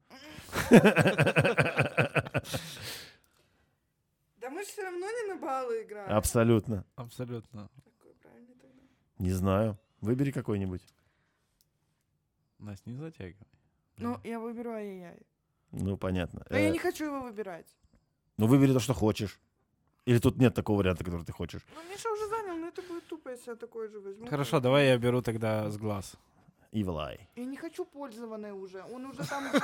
Speaker 1: Да мы же все равно не на баллы играем.
Speaker 2: Абсолютно.
Speaker 3: Абсолютно.
Speaker 1: Какой правильный тогда?
Speaker 2: Не знаю. Выбери какой-нибудь.
Speaker 3: Нас не затягивай.
Speaker 1: Ну, я выберу ай-яй-яй.
Speaker 2: Ну, понятно.
Speaker 1: Но я
Speaker 2: Э,
Speaker 1: не хочу его выбирать.
Speaker 2: Ну, выбери то, что хочешь. Или тут нет такого варианта, который ты хочешь.
Speaker 1: Ну, Миша уже занял, но это будет тупо, если я такой же возьму.
Speaker 3: Хорошо, давай я беру тогда с глаз.
Speaker 2: Evil Eye.
Speaker 1: Я не хочу пользованный уже. Он уже там... был.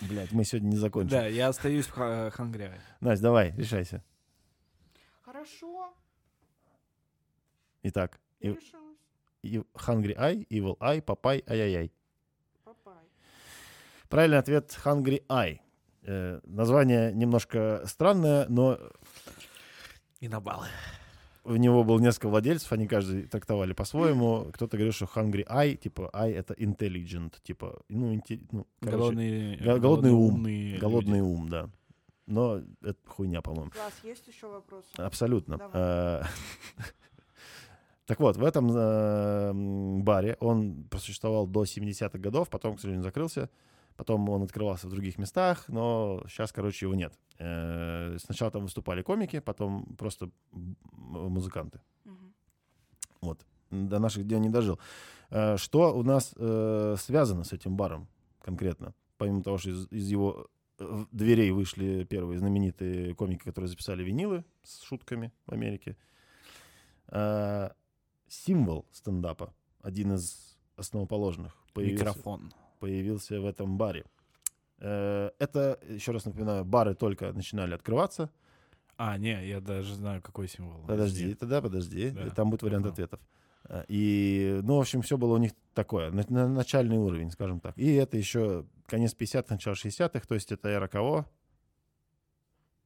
Speaker 2: Блять, мы сегодня не закончим.
Speaker 3: Да, я остаюсь в ха- Хангряве.
Speaker 2: Настя, давай, решайся.
Speaker 1: Хорошо,
Speaker 2: Итак,
Speaker 1: я
Speaker 2: и-
Speaker 1: решилась.
Speaker 2: и- Hungry Eye, Evil Eye, Папай, Ай-яй-яй.
Speaker 1: Папай.
Speaker 2: Правильный ответ Hungry Eye. Э, название немножко странное, но
Speaker 3: И на баллы.
Speaker 2: у него было несколько владельцев, они каждый трактовали по-своему. Кто-то говорил, что Hungry Eye, типа Eye это intelligent, типа, ну, инте- ну, короче,
Speaker 3: Голодный,
Speaker 2: го- голодный ум.
Speaker 3: умные
Speaker 2: голодный
Speaker 3: люди.
Speaker 2: ум, да. Но это хуйня, по-моему.
Speaker 1: Класс, есть еще вопросы?
Speaker 2: Абсолютно.
Speaker 1: Давай.
Speaker 2: Э, Так вот, в этом э, м, баре он просуществовал до 70-х годов, потом, к сожалению, закрылся. Потом он открывался в других местах, но сейчас, короче, его нет. Э, Сначала там выступали комики, потом просто м, музыканты.
Speaker 1: Мгм.
Speaker 2: Вот. До наших дней не дожил. Э, Что у нас э, связано с этим баром конкретно? Помимо того, что из, из его э, дверей вышли первые знаменитые комики, которые записали винилы с шутками в Америке. Э, Символ стендапа, один из основоположных, появился-
Speaker 3: Микрофон.
Speaker 2: появился в этом баре. Э, Это, еще раз напоминаю, бары только начинали открываться.
Speaker 3: А, не, я даже знаю, какой символ.
Speaker 2: Подожди, тогда подожди.
Speaker 3: Да,
Speaker 2: Там будет вариант
Speaker 3: понял.
Speaker 2: ответов. А, И, ну, в общем, все было у них такое, на- на- начальный уровень, скажем так. И это еще конец 50-х, начало 60-х, то есть это эра кого?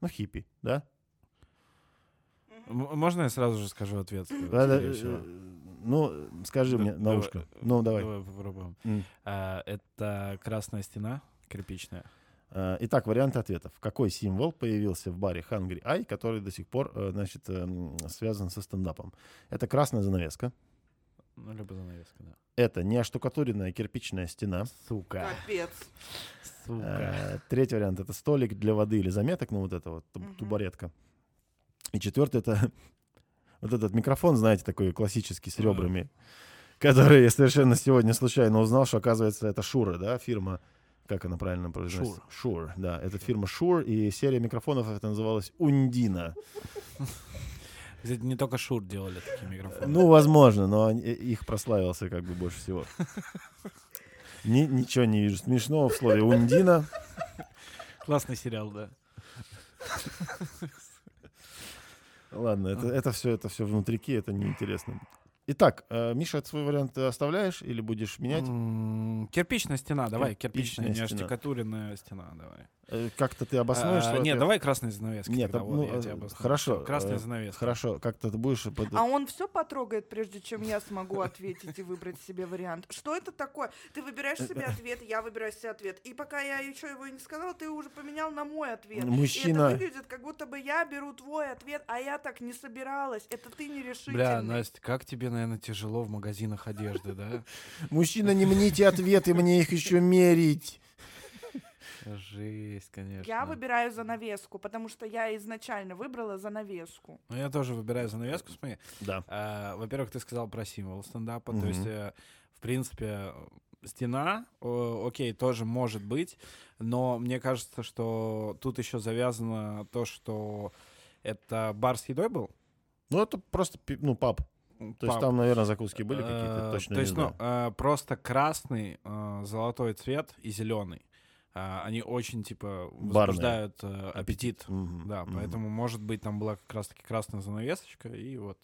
Speaker 2: Ну, хиппи, да?
Speaker 1: Мгм.
Speaker 3: М- Можно я сразу же скажу ответ? скорее
Speaker 2: Ладно, э,
Speaker 3: всего?
Speaker 2: ну, скажи
Speaker 3: Да-
Speaker 2: мне на
Speaker 3: давай.
Speaker 2: ушко. Ну, давай.
Speaker 3: Давай попробуем.
Speaker 2: М.
Speaker 3: А, это красная стена кирпичная.
Speaker 2: А, Итак, варианты ответов. Какой символ появился в баре Hungry Eye, который до сих пор, э, значит, эм, связан со стендапом? Это красная занавеска,
Speaker 3: Ну, либо занавеска, да.
Speaker 2: это неоштукатуренная кирпичная стена,
Speaker 3: Сука.
Speaker 1: Капец.
Speaker 3: Сука.
Speaker 2: Э, Третий вариант это столик для воды или заметок, ну вот это вот ту-
Speaker 1: Мгм.
Speaker 2: тубаретка. И четвертый это вот этот микрофон, знаете, такой классический с
Speaker 3: Да.
Speaker 2: ребрами, который я совершенно сегодня случайно узнал, что оказывается это Шура, да, фирма, как она правильно произносится? Шур. да, это фирма Шур и серия микрофонов это называлась Ундина.
Speaker 3: Кстати, не только Шур делали такие микрофоны.
Speaker 2: А. Ну, возможно, но они- их прославился как бы больше всего. Ни- ничего не вижу смешного в слове Ундина.
Speaker 3: Классный сериал, да.
Speaker 2: Ладно, это, это все, это все внутрики, это неинтересно. Итак, э, Миша, ты свой вариант э, оставляешь или будешь менять?
Speaker 3: М, Кирпичная стена, давай.
Speaker 2: Кирпичная
Speaker 3: Кирпичная, не
Speaker 2: стена.
Speaker 3: оштукатуренная стена, давай.
Speaker 2: Э, Как-то ты обоснуешь?
Speaker 3: А,
Speaker 2: свой
Speaker 3: Нет,
Speaker 2: ответ?
Speaker 3: давай красные занавески.
Speaker 2: Нет,
Speaker 3: тогда,
Speaker 2: а,
Speaker 3: вот,
Speaker 2: ну,
Speaker 3: я
Speaker 2: а,
Speaker 3: тебе обосную.
Speaker 2: хорошо,
Speaker 3: Всё, Красная
Speaker 2: э,
Speaker 3: занавеска.
Speaker 2: Хорошо, как-то ты будешь... под-
Speaker 1: А он все потрогает, прежде чем я смогу ответить и выбрать себе вариант. Что это такое? Ты выбираешь
Speaker 2: Э,
Speaker 1: себе ответ, я выбираю себе ответ. И пока я еще его не сказала, ты уже поменял на мой ответ.
Speaker 2: Мужчина.
Speaker 1: И это выглядит, как будто бы я беру твой ответ, а я так не собиралась. Это ты не
Speaker 3: Бля,
Speaker 2: ну,
Speaker 1: решительный.
Speaker 3: Настя, как тебе, наверное, тяжело в магазинах одежды, да?
Speaker 2: Мужчина, не мните ответы, мне их еще мерить.
Speaker 3: Жесть, конечно.
Speaker 1: Я выбираю занавеску, потому что я изначально выбрала занавеску.
Speaker 3: Ну, я тоже выбираю занавеску, смотри.
Speaker 2: Да.
Speaker 3: А, Во-первых, ты сказал про символ стендапа.
Speaker 2: Мгм.
Speaker 3: То есть, э, в принципе, стена, о, окей, тоже может быть, но мне кажется, что тут еще завязано то, что это бар с едой был.
Speaker 2: Ну, это просто, пи- ну, пап. То есть
Speaker 3: Паб.
Speaker 2: там, наверное, закуски были какие-то,
Speaker 3: Э,
Speaker 2: точно не
Speaker 3: То есть, ну,
Speaker 2: знаю.
Speaker 3: э, просто красный, э, золотой цвет и зеленый. Э, Они очень, типа,
Speaker 2: Барные.
Speaker 3: возбуждают э, аппетит.
Speaker 2: Мгм,
Speaker 3: Да,
Speaker 2: мгм.
Speaker 3: поэтому, может быть, там была как раз-таки красная занавесочка, и вот.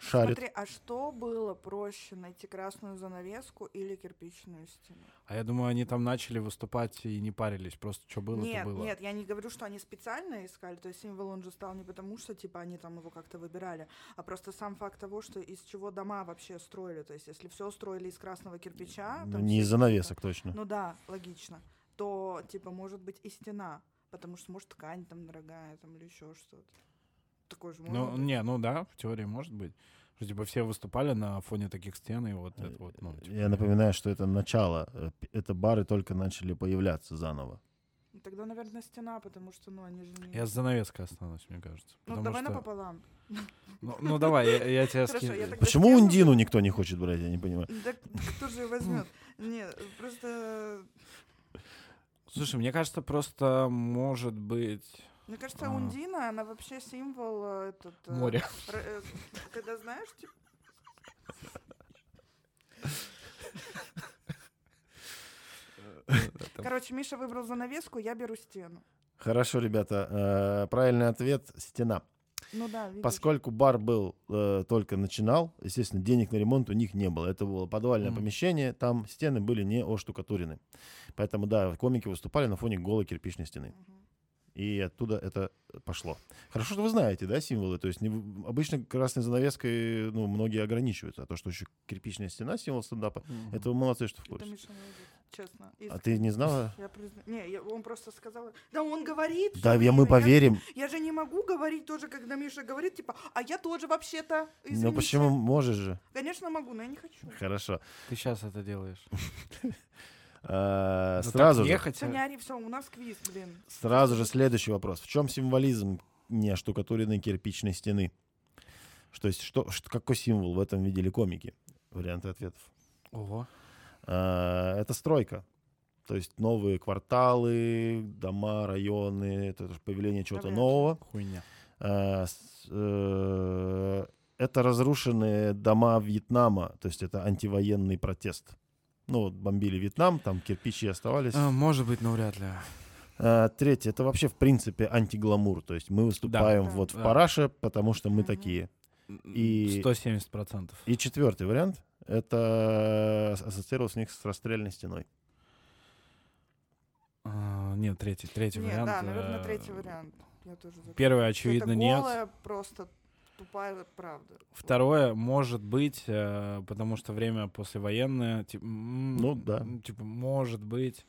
Speaker 2: шарит.
Speaker 1: Смотри, а что было проще, найти красную занавеску или кирпичную стену?
Speaker 3: А я думаю, они там начали выступать и не парились. Просто что было,
Speaker 1: нет,
Speaker 3: то было.
Speaker 1: нет, я не говорю, что они специально искали, то есть символ он же стал не потому, что типа они там его как-то выбирали, а просто сам факт того, что из чего дома вообще строили, то есть если все строили из красного кирпича,
Speaker 2: Ну,
Speaker 1: там
Speaker 2: не
Speaker 1: всё
Speaker 2: из-за
Speaker 1: это-
Speaker 2: навесок точно.
Speaker 1: Ну да, логично. То типа может быть и стена, потому что может ткань там дорогая, там или еще что-то. Такое же может
Speaker 3: Ну,
Speaker 1: быть.
Speaker 3: не, ну да, в теории может быть. Что, типа, все выступали на фоне таких стен, и вот это вот, ну, типа,
Speaker 2: Я напоминаю, что это начало. э, п- Это бары только начали появляться заново.
Speaker 1: Ну, Тогда, наверное, стена, потому что, ну, они же не...
Speaker 3: Я с занавеской останусь, мне кажется.
Speaker 1: Ну,
Speaker 3: потому
Speaker 1: давай
Speaker 3: что-
Speaker 1: напополам.
Speaker 3: Ну, ну, давай, я, я э, тебя
Speaker 1: Хорошо, я
Speaker 3: скину.
Speaker 1: тогда
Speaker 2: Почему
Speaker 1: стену-
Speaker 2: Ундину никто не хочет брать, я не понимаю.
Speaker 1: Да кто же ее возьмет? Нет, просто...
Speaker 3: Слушай, мне кажется, просто может быть
Speaker 1: Мне кажется,
Speaker 3: А.
Speaker 1: Ундина, она вообще символ э, этот... э,
Speaker 3: море.
Speaker 1: р- э, Когда знаешь, типа...
Speaker 2: Э,
Speaker 1: Короче, Миша выбрал занавеску, я беру стену.
Speaker 2: Хорошо, ребята. э, Правильный ответ — стена.
Speaker 1: Ну да, видишь.
Speaker 2: Поскольку бар был э, только начинал, естественно, денег на ремонт у них не было. Это было подвальное
Speaker 3: Мгм.
Speaker 2: помещение, там стены были не оштукатурены. Поэтому, да, комики выступали на фоне голой кирпичной стены.
Speaker 1: Мгм.
Speaker 2: И оттуда это пошло. Хорошо, что вы знаете, да, символы. То есть не в- обычно красной занавеской ну, многие ограничиваются. А то, что еще кирпичная стена символ стендапа,
Speaker 3: Мгм.
Speaker 2: это вы молодцы, что в
Speaker 1: Это
Speaker 2: курсе.
Speaker 1: Миша молодец, честно.
Speaker 2: А
Speaker 1: искренне.
Speaker 2: ты не знала?
Speaker 1: Я призна... Не, я- он просто сказал... Да он говорит... всё
Speaker 2: Да, я, мы
Speaker 1: время,
Speaker 2: поверим.
Speaker 1: Я же не могу говорить тоже, когда Миша говорит, типа, а я тоже вообще-то,
Speaker 2: Ну
Speaker 1: извините».
Speaker 2: почему Э. можешь же?
Speaker 1: Конечно, могу, но я не хочу.
Speaker 2: Хорошо.
Speaker 3: Ты сейчас это делаешь.
Speaker 2: А,
Speaker 3: Ну, так
Speaker 2: Э, сразу же.
Speaker 3: ехать, а-
Speaker 1: Все, не ори, все, у нас квиз, блин.
Speaker 2: Сразу же следующий вопрос. В чем символизм не оштукатуренной кирпичной стены? Что, есть, что, ш- какой символ в этом видели комики? Варианты ответов.
Speaker 3: Ого.
Speaker 2: А, это стройка. То есть новые кварталы, дома, районы, это же появление чего-то
Speaker 1: Навряд ли.
Speaker 2: нового.
Speaker 3: Хуйня.
Speaker 2: А, с- э, это разрушенные дома Вьетнама, то есть это антивоенный протест. Ну, вот бомбили Вьетнам, там кирпичи оставались.
Speaker 3: А, может быть, но вряд ли.
Speaker 2: А, Третье, это вообще в принципе антигламур. То есть мы выступаем
Speaker 1: Да,
Speaker 2: вот в
Speaker 3: да.
Speaker 2: Параше, потому что мы
Speaker 1: Мгм.
Speaker 2: такие. И-
Speaker 3: И... 170%.
Speaker 2: И четвертый вариант, это ас- ассоциировалось у них с расстрельной стеной.
Speaker 3: А, нет, третий, третий
Speaker 1: Нет,
Speaker 3: вариант.
Speaker 1: да, наверное,
Speaker 3: э,
Speaker 1: третий вариант. Я тоже за.
Speaker 3: Первый,
Speaker 1: Что это
Speaker 3: очевидно, нет.
Speaker 1: голая, просто тупая правда.
Speaker 3: Второе, может быть, э, потому что время послевоенное. Типа,
Speaker 2: Ну,
Speaker 3: ну,
Speaker 2: да.
Speaker 3: Типа, может быть.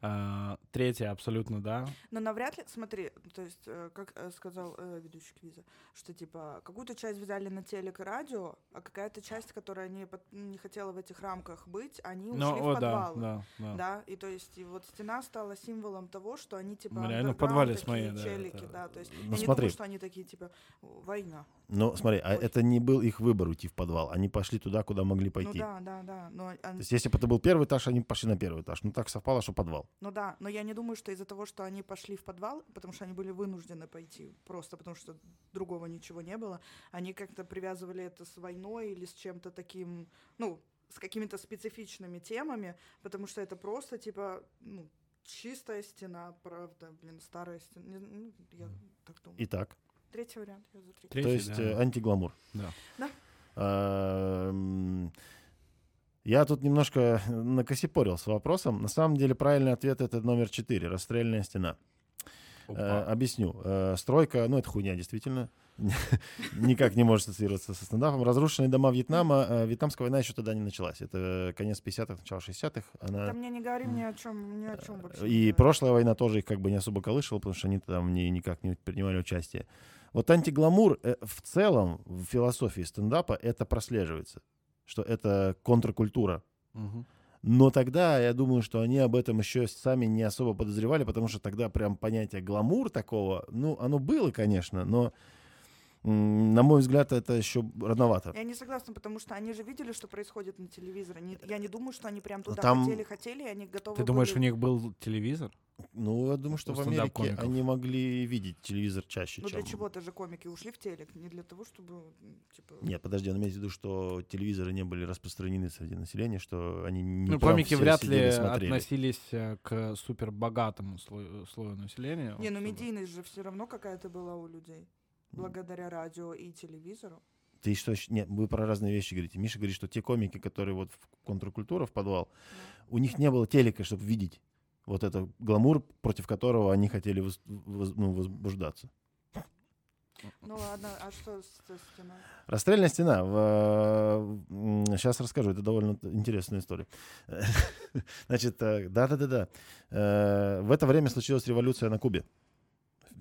Speaker 3: А, Третье, абсолютно, да.
Speaker 1: Но навряд ли, смотри, то есть, э, как э, сказал э, ведущий квиза, что типа какую-то часть взяли на телек и радио, а какая-то часть, которая не, под- не хотела в этих рамках быть, они ушли
Speaker 3: Ну,
Speaker 1: в
Speaker 3: о, да,
Speaker 1: подвалы.
Speaker 3: да, да.
Speaker 1: Да, и то есть и вот стена стала символом того, что они типа
Speaker 3: Мы реально в
Speaker 1: underground
Speaker 3: подвале с
Speaker 1: такие
Speaker 3: моей, да,
Speaker 1: челики,
Speaker 3: это-
Speaker 1: да, то есть
Speaker 2: Ну,
Speaker 1: я не
Speaker 2: смотри.
Speaker 1: думаю, что они такие типа «О, война.
Speaker 2: Но смотри, а
Speaker 1: Ой.
Speaker 2: это не был их выбор уйти в подвал. Они пошли туда, куда могли
Speaker 1: Ну
Speaker 2: пойти.
Speaker 1: да, да, да, но а,
Speaker 2: То есть если бы это был первый этаж, они пошли на первый этаж. Ну так совпало, что подвал.
Speaker 1: ну да, но я не думаю, что из-за того, что они пошли в подвал, потому что они были вынуждены пойти просто потому что другого ничего не было, они как-то привязывали это с войной или с чем-то таким, ну с какими-то специфичными темами, потому что это просто типа ну чистая стена, правда, блин, старая стена, Не- ну, я так думаю.
Speaker 2: Итак,
Speaker 1: Третий вариант, я за третий.
Speaker 3: Третий,
Speaker 2: то есть
Speaker 3: да.
Speaker 2: э, антигламур.
Speaker 3: Да.
Speaker 1: Да.
Speaker 2: Эм, Я тут немножко э, накосипорил с вопросом. На самом деле правильный ответ это номер 4, расстрельная стена.
Speaker 3: Опа.
Speaker 2: Э, объясню. Э, стройка, ну это хуйня, действительно. Никак не может ассоциироваться со стендапом. Разрушенные дома Вьетнама. э, Вьетнамская война еще тогда не началась. Это конец 50-х, начало 60-х.
Speaker 1: Да
Speaker 2: Она...
Speaker 1: мне не говори ни о чем, ни о чем вообще.
Speaker 2: И
Speaker 1: не говори.
Speaker 2: прошлая война тоже их как бы не особо колышала, потому что они там не, никак не принимали участие. Вот антигламур э, в целом в философии стендапа это прослеживается, что это контркультура.
Speaker 3: Мгм.
Speaker 2: Но тогда, я думаю, что они об этом еще сами не особо подозревали, потому что тогда прям понятие гламур такого, ну, оно было, конечно, но, м, на мой взгляд, это еще рановато.
Speaker 1: Я не согласна, потому что они же видели, что происходит на телевизоре. Не- я не думаю, что они прям
Speaker 2: Но
Speaker 1: туда
Speaker 2: там-
Speaker 1: хотели, хотели, и они готовы
Speaker 3: Ты думаешь, у
Speaker 1: были.
Speaker 3: них был телевизор?
Speaker 2: Ну, я думаю, что
Speaker 3: У
Speaker 2: в Америке
Speaker 3: стендап-комиков.
Speaker 2: они могли видеть телевизор чаще,
Speaker 1: Ну
Speaker 2: чем...
Speaker 1: для чего-то же комики ушли в телек, не для того, чтобы, м, типа...
Speaker 2: Нет, подожди, он имеет в виду, что телевизоры не были распространены среди населения, что они не
Speaker 3: ну,
Speaker 2: прям
Speaker 3: комики
Speaker 2: все
Speaker 3: вряд
Speaker 2: сидели
Speaker 3: ли
Speaker 2: и смотрели.
Speaker 3: относились э, к супербогатому слою, слою населения.
Speaker 1: Не, ну
Speaker 3: чтобы-
Speaker 1: медийность же все равно какая-то была у людей. Благодаря радио и телевизору.
Speaker 2: Ты что, щ- нет, вы про разные вещи говорите. Миша говорит, что те комики, которые вот в контркультуру, в подвал, у них не было телека, чтобы видеть вот этот гламур, против которого они хотели воз- воз- ну, возбуждаться.
Speaker 1: Ну ладно, а что с, с кино?
Speaker 2: Расстрельная стена. Сейчас расскажу, это довольно т- интересная история. Значит, э, да-да-да-да. Э, В это время случилась революция на Кубе.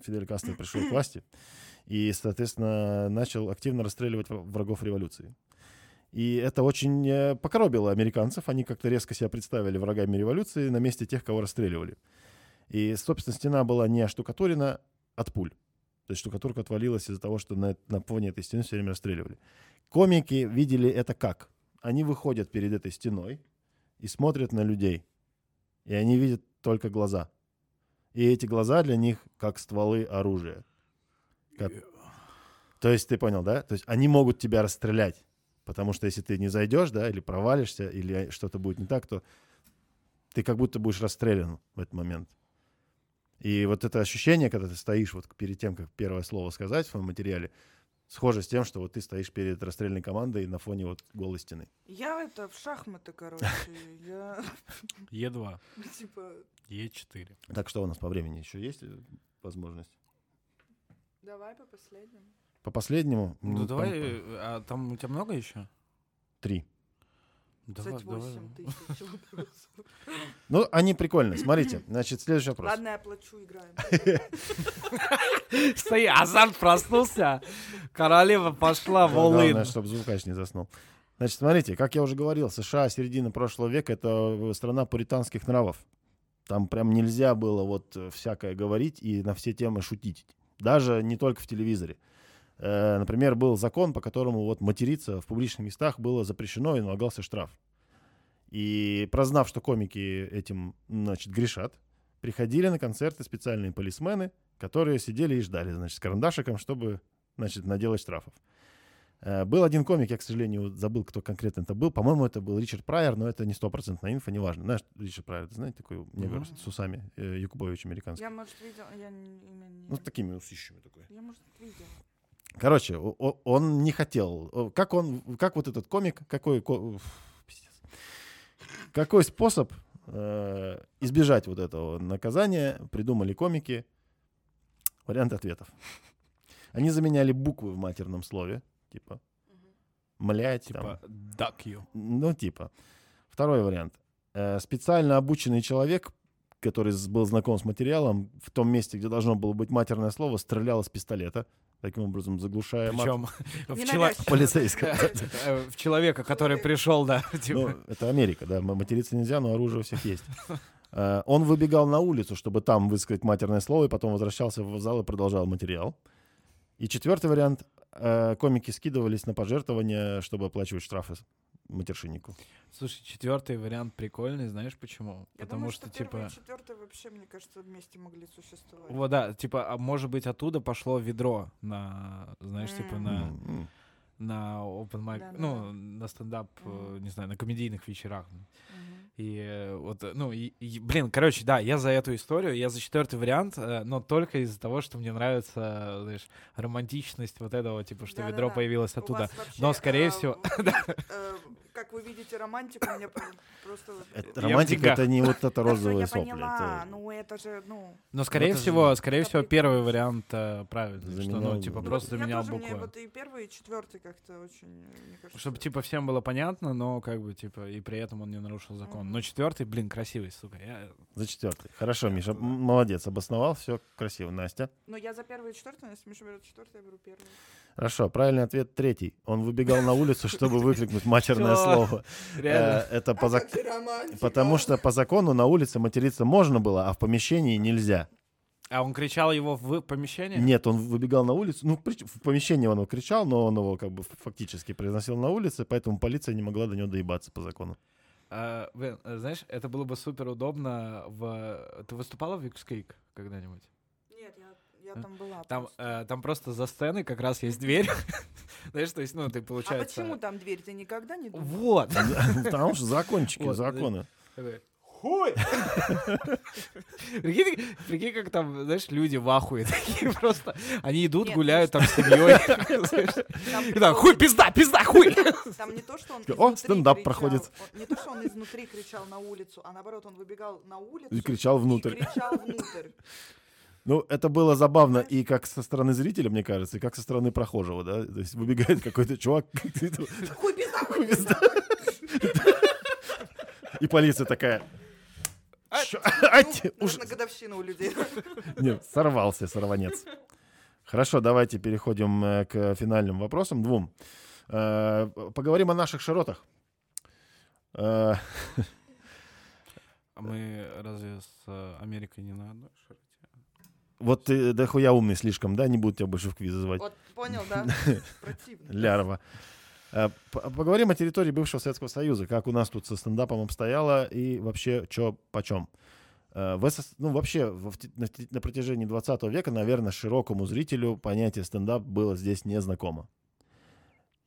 Speaker 2: Фидель Кастро пришел к власти и, соответственно, начал активно расстреливать вра- врагов революции. И это очень э, покоробило американцев. Они как-то резко себя представили врагами революции на месте тех, кого расстреливали. И, собственно, стена была не оштукатурена а от пуль. То есть штукатурка отвалилась из-за того, что на, на фоне этой стены все время расстреливали. Комики видели это как? Они выходят перед этой стеной и смотрят на людей. И они видят только глаза. И эти глаза для них как стволы оружия. Как- То есть ты понял, да? То есть они могут тебя расстрелять. Потому что если ты не зайдешь, да, или провалишься, или что-то будет не так, то ты как будто будешь расстрелян в этот момент. И вот это ощущение, когда ты стоишь вот перед тем, как первое слово сказать в своем материале, схоже с тем, что вот ты стоишь перед расстрельной командой на фоне вот голой стены.
Speaker 1: Я это в шахматы, короче. Я
Speaker 3: Е2,
Speaker 1: типа.
Speaker 3: Е4.
Speaker 2: Так что у нас по времени еще есть э, возможность?
Speaker 1: Давай по последнему.
Speaker 2: По последнему?
Speaker 3: Ну,
Speaker 2: м,
Speaker 3: давай,
Speaker 2: там, э,
Speaker 3: э, а там у тебя много еще?
Speaker 2: Три.
Speaker 1: Кстати, 8 тысяч вопросов.
Speaker 2: Ну, они прикольные. Смотрите, значит, следующий вопрос.
Speaker 1: Ладно, я плачу, играем.
Speaker 3: Стои, азарт проснулся, королева пошла в
Speaker 2: Да, Ну, Главное,
Speaker 3: all
Speaker 2: чтобы звукач не заснул. Значит, смотрите, как я уже говорил, США середина прошлого века — это э, страна пуританских нравов. Там прям нельзя было вот э, всякое говорить и на все темы шутить. Даже не только в телевизоре. Э, Например, был закон, по которому вот материться в публичных местах было запрещено и налагался штраф. И прознав, что комики этим, значит, грешат, приходили на концерты специальные полисмены, которые сидели и ждали, значит, с карандашиком, чтобы, значит, наделать штрафов. Э, Был один комик, я, к сожалению, забыл, кто конкретно это был. По-моему, это был Ричард Прайер, но это не стопроцентная инфа, неважно. Знаешь, Ричард Прайер, ты знаете, такой негр
Speaker 3: Мгм.
Speaker 2: с усами, э, Якубович американский.
Speaker 1: Я, может, видела, я не- имя не...
Speaker 2: Ну, с такими усищами такой.
Speaker 1: Я, может, видела.
Speaker 2: Короче, о- о- он не хотел. О, Как он, как вот этот комик, какой, ко- уф, пиздец. какой способ э, избежать вот этого наказания придумали комики? Вариант ответов. Они заменяли буквы в матерном слове, типа млять, там,
Speaker 3: Типа, дак you.
Speaker 2: ну, типа. Второй вариант. Э, Специально обученный человек, который с- был знаком с материалом, в том месте, где должно было быть матерное слово, стрелял из пистолета, таким образом заглушая мат.
Speaker 3: Причем Э, в, чела-
Speaker 1: Ненавязчиво.
Speaker 2: полицейского.
Speaker 3: э, в человека, который пришел, да,
Speaker 2: Ну,
Speaker 3: типа,
Speaker 2: это Америка, да, м- материться нельзя, но оружие у всех есть. Э, Он выбегал на улицу, чтобы там высказать матерное слово, и потом возвращался в зал и продолжал материал. И четвертый вариант. э, Комики скидывались на пожертвования, чтобы оплачивать штрафы с- матершиннику.
Speaker 3: Слушай, четвертый вариант прикольный, знаешь почему?
Speaker 1: Я
Speaker 3: Потому
Speaker 1: думаю,
Speaker 3: что,
Speaker 1: первый
Speaker 3: типа,
Speaker 1: и четвертый вообще, мне кажется, вместе могли существовать.
Speaker 3: вот да, типа, а может быть оттуда пошло ведро на, знаешь, типа
Speaker 1: М.
Speaker 3: на
Speaker 2: М.
Speaker 3: на open mic,
Speaker 1: Да-да-да.
Speaker 3: ну на стендап, э,
Speaker 1: Мгм.
Speaker 3: не знаю, на комедийных вечерах.
Speaker 1: Мгм.
Speaker 3: И э, вот, э, ну, и, и, блин, короче, да, я за эту историю, я за четвертый вариант, э, но только из-за того, что мне нравится, э, знаешь, романтичность вот этого, типа, что
Speaker 1: Да-да-да.
Speaker 3: ведро появилось
Speaker 1: У
Speaker 3: оттуда.
Speaker 1: вас вообще,
Speaker 3: Но, скорее
Speaker 1: э,
Speaker 3: всего,
Speaker 1: в- э, Как вы видите, романтику мне про- просто... вот-
Speaker 2: Это-
Speaker 3: Я в
Speaker 2: романтика
Speaker 3: деньгах.
Speaker 2: это не вот это
Speaker 1: Да, всё,
Speaker 2: розовые
Speaker 1: я
Speaker 2: сопли.
Speaker 1: поняла,
Speaker 2: это-
Speaker 1: ну это же, ну...
Speaker 3: но скорее
Speaker 2: это же-
Speaker 3: всего, скорее
Speaker 1: Это
Speaker 3: всего,
Speaker 1: прикольно.
Speaker 3: первый вариант э, правильный, что,
Speaker 2: Заменял
Speaker 3: ну, типа,
Speaker 2: буквы.
Speaker 3: просто
Speaker 1: я
Speaker 3: заменял
Speaker 1: тоже,
Speaker 3: буквы.
Speaker 1: мне вот и первый, и четвертый как-то очень, э, мне кажется...
Speaker 3: Чтобы, типа, всем было понятно, но, как бы, типа, и при этом он не нарушил закон.
Speaker 1: Мгм.
Speaker 3: Но четвертый, блин, красивый, сука, я...
Speaker 1: Э,
Speaker 2: За четвертый. Хорошо, Миша, м- молодец, обосновал, все красиво. Настя.
Speaker 1: Но я за первый и четвертый, но если Миша берет четвертый, я беру первый.
Speaker 2: Хорошо, правильный ответ третий. Он выбегал на улицу, чтобы выкрикнуть матерное
Speaker 3: Всё.
Speaker 2: слово.
Speaker 3: Реально.
Speaker 2: Э, Это по зак-
Speaker 1: А как же романтика.
Speaker 2: Потому что по закону на улице материться можно было, а в помещении нельзя.
Speaker 3: А он кричал его в помещении?
Speaker 2: Нет, он выбегал на улицу. Ну, прич- в помещении он его кричал, но он его как бы ф- фактически произносил на улице, поэтому полиция не могла до него доебаться по закону.
Speaker 3: А, блин, э, знаешь, это было бы супер удобно в... Ты выступала в X-Cake когда-нибудь?
Speaker 1: Нет, я, я
Speaker 3: Да.
Speaker 1: там была.
Speaker 3: Там,
Speaker 1: просто.
Speaker 3: э, там просто за сценой как раз есть дверь. Знаешь, то есть, ну, ты
Speaker 1: А
Speaker 3: получается...
Speaker 1: почему там дверь? Ты никогда не думал?
Speaker 3: Вот!
Speaker 2: Потому что закончики,
Speaker 3: Вот,
Speaker 2: законы.
Speaker 3: Такой,
Speaker 1: хуй!
Speaker 3: Прикинь, прикинь, как там, знаешь, люди в ахуе такие просто. Они идут,
Speaker 1: Нет,
Speaker 3: гуляют там с семьей.
Speaker 1: Там
Speaker 3: И
Speaker 1: прикол-
Speaker 3: так, хуй, пизда, пизда, хуй!
Speaker 1: Там не то, что он
Speaker 2: О,
Speaker 1: изнутри
Speaker 2: стендап
Speaker 1: кричал,
Speaker 2: проходит.
Speaker 1: он- Не то, что он изнутри кричал на улицу, а наоборот, он выбегал на улицу
Speaker 2: И кричал внутрь.
Speaker 1: И кричал внутрь.
Speaker 2: Ну, это было забавно и как со стороны зрителя, мне кажется, и как со стороны прохожего, да? То есть выбегает какой-то чувак,
Speaker 1: Хуй Ну, пизда, хуй пизда.
Speaker 2: и полиция такая...
Speaker 3: А-
Speaker 2: «Чё?
Speaker 1: Ну,
Speaker 2: Ать, уж-
Speaker 1: наверное, годовщина у людей.
Speaker 2: Не, сорвался сорванец. Хорошо, давайте переходим э, к финальным вопросам, двум. Э, Поговорим о наших широтах. Э,
Speaker 3: А мы разве с э, Америкой не на одной широте?
Speaker 2: Вот ты дохуя умный слишком, да? Не буду тебя больше в квизы звать.
Speaker 1: Вот понял, да? Противно.
Speaker 2: Лярова. Э, п- Поговорим о территории бывшего Советского Союза, как у нас тут со стендапом обстояло и вообще чё почем. Э, В СС... Ну, вообще, в- в те- на, те- на протяжении 20 века, наверное, широкому зрителю понятие стендап было здесь незнакомо.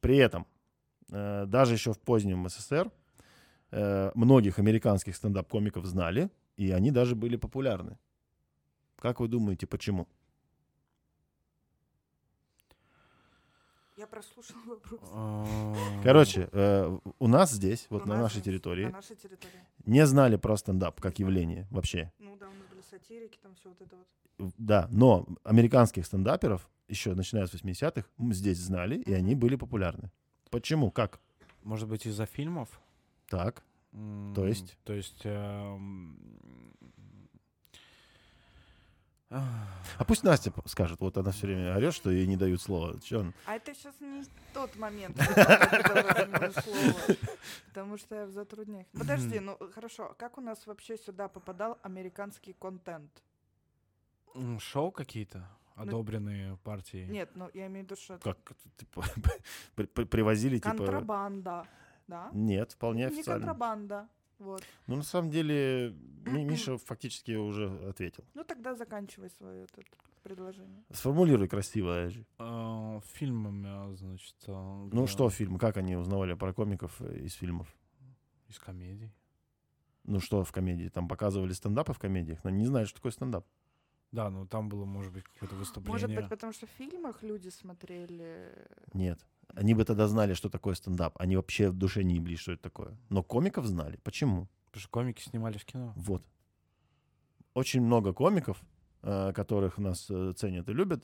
Speaker 2: При этом, э, даже еще в позднем СССР, э, многих американских стендап-комиков знали, и они даже были популярны. Как вы думаете, почему?
Speaker 1: Я прослушала вопрос.
Speaker 3: А,
Speaker 2: Короче, э, у нас здесь, вот
Speaker 1: Ну, У
Speaker 2: на
Speaker 1: нас
Speaker 2: нашей
Speaker 1: здесь,
Speaker 2: территории,
Speaker 1: На нашей территории.
Speaker 2: не знали про стендап как явление вообще.
Speaker 1: Ну да, у нас были сатирики, там все вот это вот.
Speaker 2: Да, но американских стендаперов еще начиная с 80-х м, здесь знали, и они были популярны. Почему? Как?
Speaker 3: Может быть, из-за фильмов?
Speaker 2: Так. То
Speaker 3: М,
Speaker 2: есть?
Speaker 3: То есть... эм, а,
Speaker 2: А пусть Настя п- скажет, вот она все время орет, что ей не дают слова. Чё он?
Speaker 1: А это сейчас не тот момент, когда я говорю слово, потому что я в затруднениях. Подожди, ну хорошо, как у нас вообще сюда попадал американский контент?
Speaker 3: м, Шоу какие-то? Одобренные партией?
Speaker 1: Ну, Нет, ну я имею в виду, что это
Speaker 2: Э. Как это, типа, при- при- привозили типа?
Speaker 1: контрабанда, да?
Speaker 2: Нет, вполне
Speaker 1: Не
Speaker 2: официально.
Speaker 1: контрабанда, вот.
Speaker 2: Ну на самом деле Ми- Миша фактически уже ответил.
Speaker 1: Ну тогда заканчивай свое это предложение.
Speaker 2: Сформулируй красиво. Эджи.
Speaker 3: А, Фильмами, а, значит... а,
Speaker 2: Ну
Speaker 3: да,
Speaker 2: что фильм? Как они узнавали про комиков э, из фильмов?
Speaker 3: Из комедий.
Speaker 2: Ну что в комедии? Там показывали стендапы в комедиях, но не знают, что такое стендап.
Speaker 3: Да, ну там было, может быть, какое-то
Speaker 1: Может быть,
Speaker 3: выступление.
Speaker 1: потому что в фильмах люди смотрели... а
Speaker 2: Нет. Они бы тогда знали, что такое стендап. Они вообще в душе не ебли, что это такое. Но комиков знали. Почему?
Speaker 3: Потому что комики снимали в кино.
Speaker 2: Вот. Очень много комиков, э, которых нас э, ценят и любят,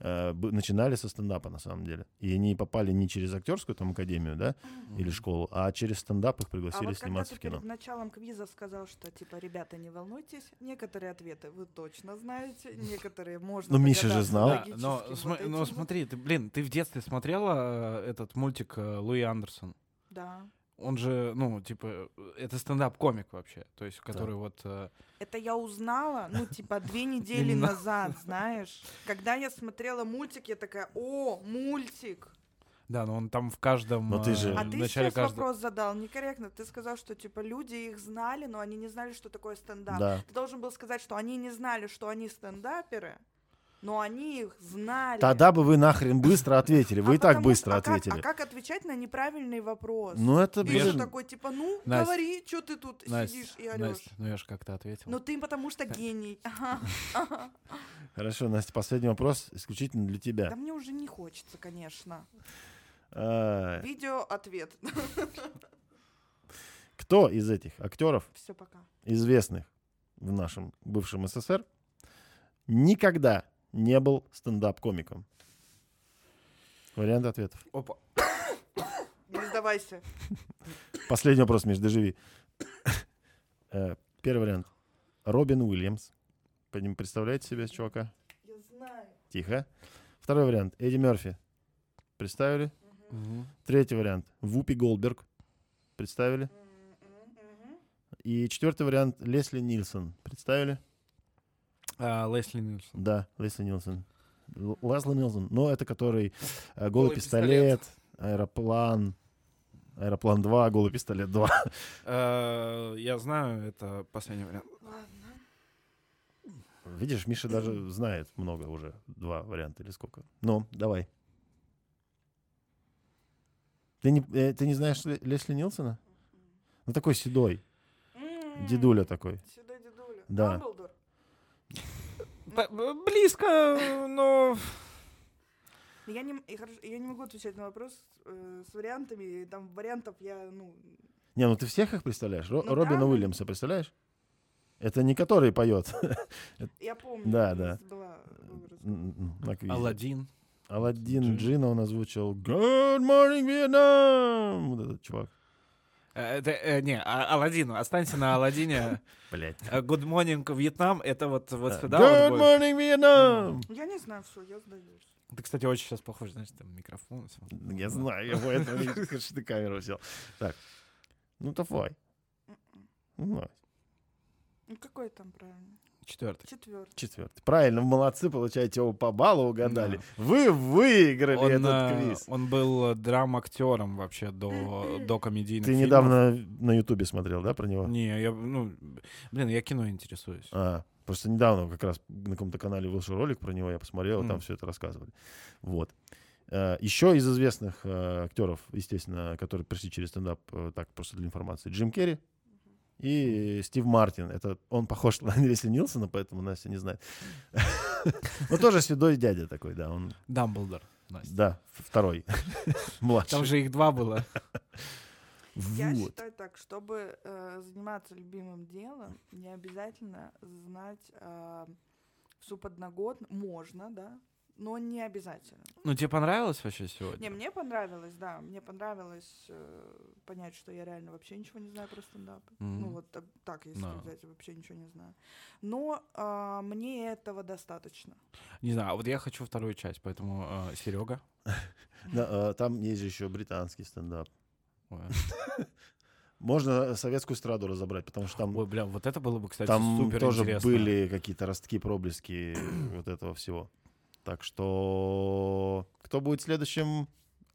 Speaker 2: э, бы- начинали со стендапа на самом деле. И они попали не через актерскую там академию, да, или
Speaker 3: Мгм.
Speaker 2: школу, а через стендап их
Speaker 1: А
Speaker 2: пригласили
Speaker 1: вот когда
Speaker 2: сниматься
Speaker 1: ты
Speaker 2: в кино.
Speaker 1: перед началом квиза сказал, что типа, ребята, не волнуйтесь, некоторые ответы вы точно знаете, некоторые можно
Speaker 2: Ну, Миша же
Speaker 1: догадаться
Speaker 2: знал. Да,
Speaker 1: логически,
Speaker 3: Да, но,
Speaker 1: вот
Speaker 3: см-
Speaker 1: этим
Speaker 3: но
Speaker 1: вот.
Speaker 3: смотри, ты, блин, ты в детстве смотрела э, этот мультик э, Луи Андерсон?
Speaker 1: Да.
Speaker 3: Он же, ну, типа, э, это стендап-комик вообще, то есть, который вот... э,
Speaker 1: Это я узнала, ну, типа, две недели
Speaker 3: Именно.
Speaker 1: назад, знаешь. Когда я смотрела мультик, я такая, о, мультик.
Speaker 3: да, но он там в каждом...
Speaker 2: Но ты
Speaker 3: э,
Speaker 2: же-
Speaker 1: А
Speaker 3: в
Speaker 1: ты
Speaker 3: начале
Speaker 1: сейчас
Speaker 3: каждого...
Speaker 1: вопрос задал некорректно. Ты сказал, что, типа, люди их знали, но они не знали, что такое стендап.
Speaker 2: Да.
Speaker 1: Ты должен был сказать, что они не знали, что они стендаперы, но они их знали.
Speaker 2: Тогда бы вы нахрен быстро ответили.
Speaker 1: А
Speaker 2: Вы и так
Speaker 1: потому
Speaker 2: быстро
Speaker 1: что- а как-
Speaker 2: ответили.
Speaker 1: а как отвечать на неправильный вопрос?
Speaker 2: Ну это,
Speaker 1: Ты же
Speaker 2: блин,
Speaker 1: такой, типа, ну,
Speaker 3: Настя,
Speaker 1: говори, что ты тут
Speaker 3: Настя,
Speaker 1: сидишь и орешь.
Speaker 3: Настя, ну я же как-то ответил.
Speaker 1: Ну ты потому что гений. Ага.
Speaker 2: Хорошо, Настя, последний вопрос исключительно для
Speaker 1: Да
Speaker 2: тебя.
Speaker 1: мне уже не хочется, конечно.
Speaker 2: А,
Speaker 1: Видео ответ.
Speaker 2: Кто из этих актеров
Speaker 1: Все, пока.
Speaker 2: известных в нашем бывшем СССР, никогда не был стендап-комиком? Вариант ответов.
Speaker 3: Опа.
Speaker 1: типа, Не сдавайся.
Speaker 2: Последний вопрос, Миш, доживи. Э, Первый вариант. Робин Уильямс. По ним представляете себе чувака?
Speaker 1: Я знаю.
Speaker 2: Тихо. Второй вариант. Эдди Мерфи. Представили?
Speaker 3: Мгм.
Speaker 2: Третий вариант. Вупи Голдберг. Представили? И четвертый вариант. Лесли Нильсон. Представили?
Speaker 3: А, Лесли Нильсон.
Speaker 2: Да, Лесли Нилсон. Л- Лесли Нилсон. Ну, это который э,
Speaker 3: Голый
Speaker 2: «Голый пистолет», «Аэроплан», «Аэроплан 2», «Голый пистолет 2».
Speaker 3: Э, Я знаю, это последний вариант.
Speaker 1: Ладно.
Speaker 2: Видишь, Миша даже знает много уже. Два варианта или сколько. Ну, давай. Ты не, э, ты не знаешь Ле- Лесли Нилсона? Ну, такой седой. Дедуля такой.
Speaker 1: М-м. Сюда дедуля.
Speaker 2: Да.
Speaker 1: Дамблдор.
Speaker 3: Б- б- Близко, но...
Speaker 1: Я не, м- и хорошо, я не могу отвечать на вопрос э, с вариантами. и Там вариантов я, ну...
Speaker 2: Не, ну ты всех их представляешь? Ро-
Speaker 1: Ну
Speaker 2: Робина
Speaker 1: да.
Speaker 2: Уильямса представляешь? Это не который поет
Speaker 1: Я помню.
Speaker 2: Да,
Speaker 1: у
Speaker 2: да.
Speaker 1: нас была выборка.
Speaker 2: на квизе.
Speaker 3: Алладин.
Speaker 2: Аладдин
Speaker 3: Джин.
Speaker 2: Джина он озвучил Good Morning Vietnam! Вот этот чувак.
Speaker 3: Э, это, э, не, а- Аладдин, останься на Аладдине.
Speaker 2: Блять.
Speaker 3: Э, Good Morning Вьетнам, это вот, вот сюда
Speaker 2: Э, Good
Speaker 3: вот будет.
Speaker 2: Morning Vietnam!
Speaker 1: Ну, Я не знаю, все, я сдаюсь.
Speaker 3: Ты, кстати, очень сейчас похож, знаешь, там микрофон. и всё.
Speaker 2: Я знаю, я поэтому и говорю, что ты камеру взял. Так. Ну давай. Ну, давай.
Speaker 1: Ну, какой там правильно?
Speaker 3: Четвертый.
Speaker 1: Четвертый.
Speaker 2: Четвертый. Правильно, молодцы, получаете его по баллу угадали.
Speaker 3: Да.
Speaker 2: Вы выиграли
Speaker 3: Он,
Speaker 2: этот
Speaker 3: э,
Speaker 2: квиз.
Speaker 3: он был э, драм-актером вообще до, до
Speaker 2: Ты
Speaker 3: комедийных фильмов.
Speaker 2: недавно на Ютубе смотрел, да, про него?
Speaker 3: Не, я, ну, блин, я кино интересуюсь.
Speaker 2: А, просто недавно как раз на каком-то канале вышел ролик про него, я посмотрел, там
Speaker 3: Мгм.
Speaker 2: все это рассказывали. Вот. Еще из известных э, актеров, естественно, которые пришли через стендап, э, так просто для информации, Джим Керри и Стив Мартин. Это он похож на Андрея Нилсона, поэтому Настя не знает. Но тоже седой дядя такой, да, он,
Speaker 3: Дамблдор. Настя.
Speaker 2: да, второй,
Speaker 3: Там
Speaker 2: младший.
Speaker 3: же их два было.
Speaker 1: Я
Speaker 2: Вот.
Speaker 1: считаю так, чтобы э, заниматься любимым делом, не обязательно знать э, всю подноготную. Можно, да, но не обязательно.
Speaker 3: Ну, тебе понравилось вообще
Speaker 1: Не,
Speaker 3: сегодня?
Speaker 1: мне понравилось, да, мне понравилось э, понять, что я реально вообще ничего не знаю про стендап. Ну
Speaker 3: Мгм.
Speaker 1: вот так- так, если
Speaker 3: Да.
Speaker 1: взять, вообще ничего не знаю. Но а, мне этого достаточно.
Speaker 3: Не знаю, а вот я хочу вторую часть, поэтому Серега.
Speaker 2: Да, э, Там есть же еще британский стендап. Можно советскую эстраду разобрать, потому что там
Speaker 3: Ой, бля, вот это было бы, кстати,
Speaker 2: Там
Speaker 3: супер
Speaker 2: тоже
Speaker 3: интересно.
Speaker 2: были какие-то ростки, проблески вот этого всего. Так что кто будет следующим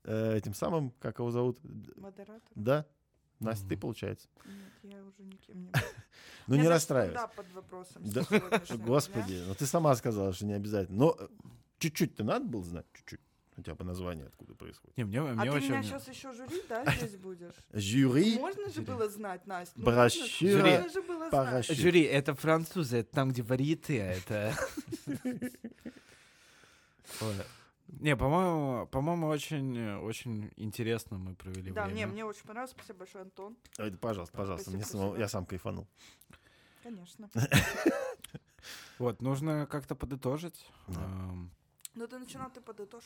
Speaker 2: э, этим самым, как его зовут? Д-
Speaker 1: Модератор?
Speaker 2: Да? Настя, ты,
Speaker 3: Мгм.
Speaker 2: получается.
Speaker 1: Нет, я уже никем не буду.
Speaker 2: Ну, не расстраивайся.
Speaker 1: Да, под вопросом.
Speaker 2: Да.
Speaker 1: с сегодняшнего дня.
Speaker 2: Господи, ну ты сама сказала, что не обязательно. Но э, чуть-чуть ты надо было знать, чуть-чуть. Хотя бы название откуда происходит.
Speaker 3: Не, мне,
Speaker 1: А
Speaker 3: мне
Speaker 1: ты
Speaker 3: вообще...
Speaker 1: меня сейчас еще жюри, да, здесь будешь?
Speaker 2: Жюри
Speaker 1: Можно же было знать, Настя? ну,
Speaker 2: Бращира
Speaker 1: можно- Можно же было знать.
Speaker 2: Парашют.
Speaker 3: Жюри, это французы, это там, где варьете, это... Ой. Не, по-моему, по-моему, очень, э, очень интересно мы провели
Speaker 1: Да, не,
Speaker 3: время.
Speaker 1: мне очень понравилось. Спасибо большое, Антон.
Speaker 2: Ой, да, Пожалуйста, пожалуйста,
Speaker 1: Спасибо,
Speaker 2: мне самому-
Speaker 1: спасибо.
Speaker 2: я сам кайфанул.
Speaker 1: Конечно.
Speaker 3: Вот, нужно как-то подытожить.
Speaker 2: Да.
Speaker 3: Эм,
Speaker 1: Но Ну, ты начинал, ты подытожь.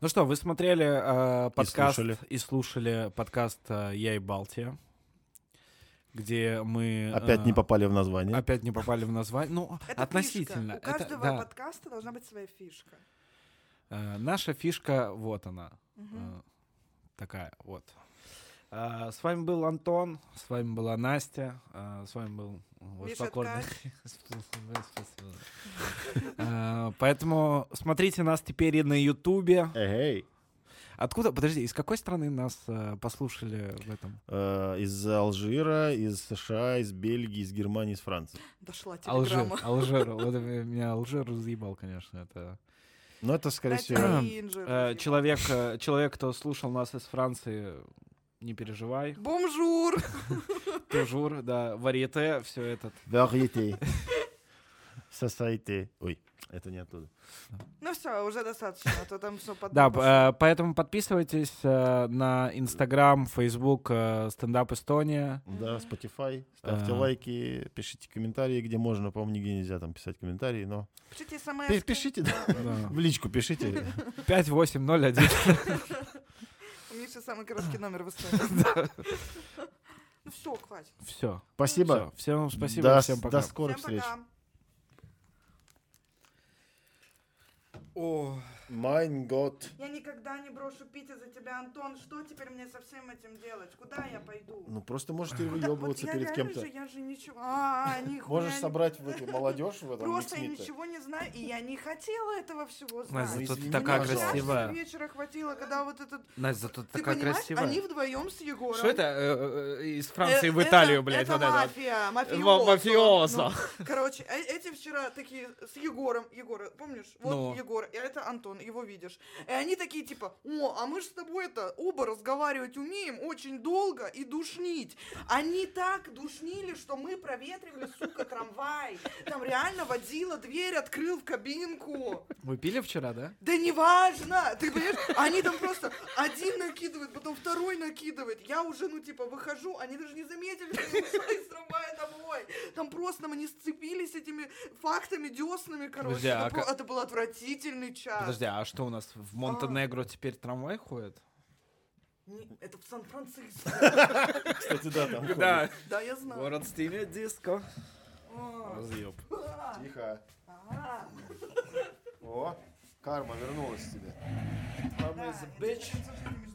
Speaker 3: Ну что, вы смотрели э, подкаст
Speaker 2: слушали.
Speaker 3: и слушали подкаст э, «Я и Балтия», где мы...
Speaker 2: Опять
Speaker 3: э,
Speaker 2: не попали в название.
Speaker 3: Опять не попали в название. Ну,
Speaker 1: Это
Speaker 3: относительно.
Speaker 1: фишка.
Speaker 3: Это-
Speaker 1: У каждого
Speaker 3: да.
Speaker 1: подкаста должна быть своя фишка.
Speaker 3: Э, наша фишка, вот она.
Speaker 1: Мгм.
Speaker 3: Э, Такая вот. А, С вами был Антон, с вами была Настя, а, с вами был э, ваш
Speaker 1: Миша
Speaker 3: покорный- Э, Поэтому смотрите нас теперь и на Ютубе.
Speaker 2: Эй,
Speaker 3: Откуда, подожди, из какой страны нас э, послушали в этом?
Speaker 2: Э, Из Алжира, из США, из Бельгии, из Германии, из Франции.
Speaker 1: Дошла
Speaker 3: Алжир,
Speaker 1: телеграмма.
Speaker 3: Алжир. Вот э, меня Алжир разъебал, конечно, это.
Speaker 2: Но это, скорее
Speaker 1: Дайте
Speaker 2: всего,
Speaker 1: ей инжир,
Speaker 3: Э,
Speaker 1: спасибо.
Speaker 3: Человек, э, человек, кто слушал нас из Франции, не переживай.
Speaker 1: Бомжур!
Speaker 3: Тужур, да, варьете, все это.
Speaker 2: Variété. Société. Ой, это не оттуда.
Speaker 1: Ну все, уже достаточно, а то там все под...
Speaker 3: Да,
Speaker 1: пошло.
Speaker 3: б- э, поэтому подписывайтесь э, на Инстаграм, Фейсбук, э, Стендап Эстония.
Speaker 2: Да,
Speaker 1: Мгм.
Speaker 2: Spotify. Ставьте
Speaker 3: А.
Speaker 2: лайки, пишите комментарии, где можно. По-моему, нигде нельзя там писать комментарии, но...
Speaker 1: Пишите смс.
Speaker 2: Пи- Пишите, да.
Speaker 3: А.
Speaker 2: В личку пишите.
Speaker 3: 5801.
Speaker 1: У Миши самый короткий номер в истории. Ну все, хватит.
Speaker 3: Все.
Speaker 2: Спасибо.
Speaker 3: Всем вам спасибо,
Speaker 2: До-
Speaker 3: всем
Speaker 2: До
Speaker 3: пока.
Speaker 2: скорых
Speaker 1: Всем
Speaker 2: встреч.
Speaker 1: пока.
Speaker 2: Mein Gott.
Speaker 1: Я никогда не брошу пить из-за тебя, Антон. Что теперь мне со всем этим делать? Куда я пойду?
Speaker 2: Ну, просто можете
Speaker 1: Так вот
Speaker 2: выебываться
Speaker 1: я
Speaker 2: перед
Speaker 1: реально
Speaker 2: кем-то.
Speaker 1: же- я же ничего... А, нихуя
Speaker 2: Можешь а
Speaker 1: не-
Speaker 2: собрать в эту молодежь в этом
Speaker 1: Просто я
Speaker 2: микс-мите.
Speaker 1: ничего не знаю, и я не хотела этого всего
Speaker 3: Настя,
Speaker 1: знать.
Speaker 3: зато ты
Speaker 2: извини,
Speaker 3: такая
Speaker 2: пожалуйста.
Speaker 1: Вчерашнего
Speaker 3: красивая.
Speaker 1: вечера хватило, когда вот этот...
Speaker 3: Настя, зато ты
Speaker 1: Ты
Speaker 3: такая
Speaker 1: понимаешь,
Speaker 3: красивая.
Speaker 1: они вдвоем с Егором.
Speaker 3: Что это э, э, из
Speaker 1: Э,
Speaker 3: Франции в
Speaker 1: это-
Speaker 3: Италию, блядь,
Speaker 1: это
Speaker 3: вот это? вот?
Speaker 1: мафия,
Speaker 3: Во-
Speaker 1: мафиоза.
Speaker 3: мафиоза.
Speaker 1: Ну, короче, э- эти вчера такие с Егором, Егора, помнишь? Вот
Speaker 3: Ну.
Speaker 1: Егор, и это Антон. его видишь. И они такие типа, о, а мы же с тобой это оба разговаривать умеем очень долго и душнить. Они так душнили, что мы проветривали, сука, трамвай. Там реально водила дверь, открыл в кабинку.
Speaker 3: Вы пили вчера, да?
Speaker 1: Да неважно! Ты понимаешь, они там просто один накидывает, потом второй накидывает. Я уже, ну, типа, выхожу, они даже не заметили, что я ушла из трамвая домой. Там просто мы не сцепились этими фактами дёснами, короче.
Speaker 3: Подожди,
Speaker 1: это,
Speaker 3: а
Speaker 1: про-
Speaker 3: ка-
Speaker 1: это был отвратительный час.
Speaker 3: Подожди, а что у нас в Монтенегро теперь трамвай ходит?
Speaker 1: Не, это в Сан-Франциско.
Speaker 2: Кстати, да, там.
Speaker 1: Да, я знаю.
Speaker 3: стиля диско.
Speaker 1: А,
Speaker 3: Разъеб.
Speaker 1: а,
Speaker 2: Тихо.
Speaker 1: а.
Speaker 2: О, карма вернулась к тебе.
Speaker 1: Да, это- это же не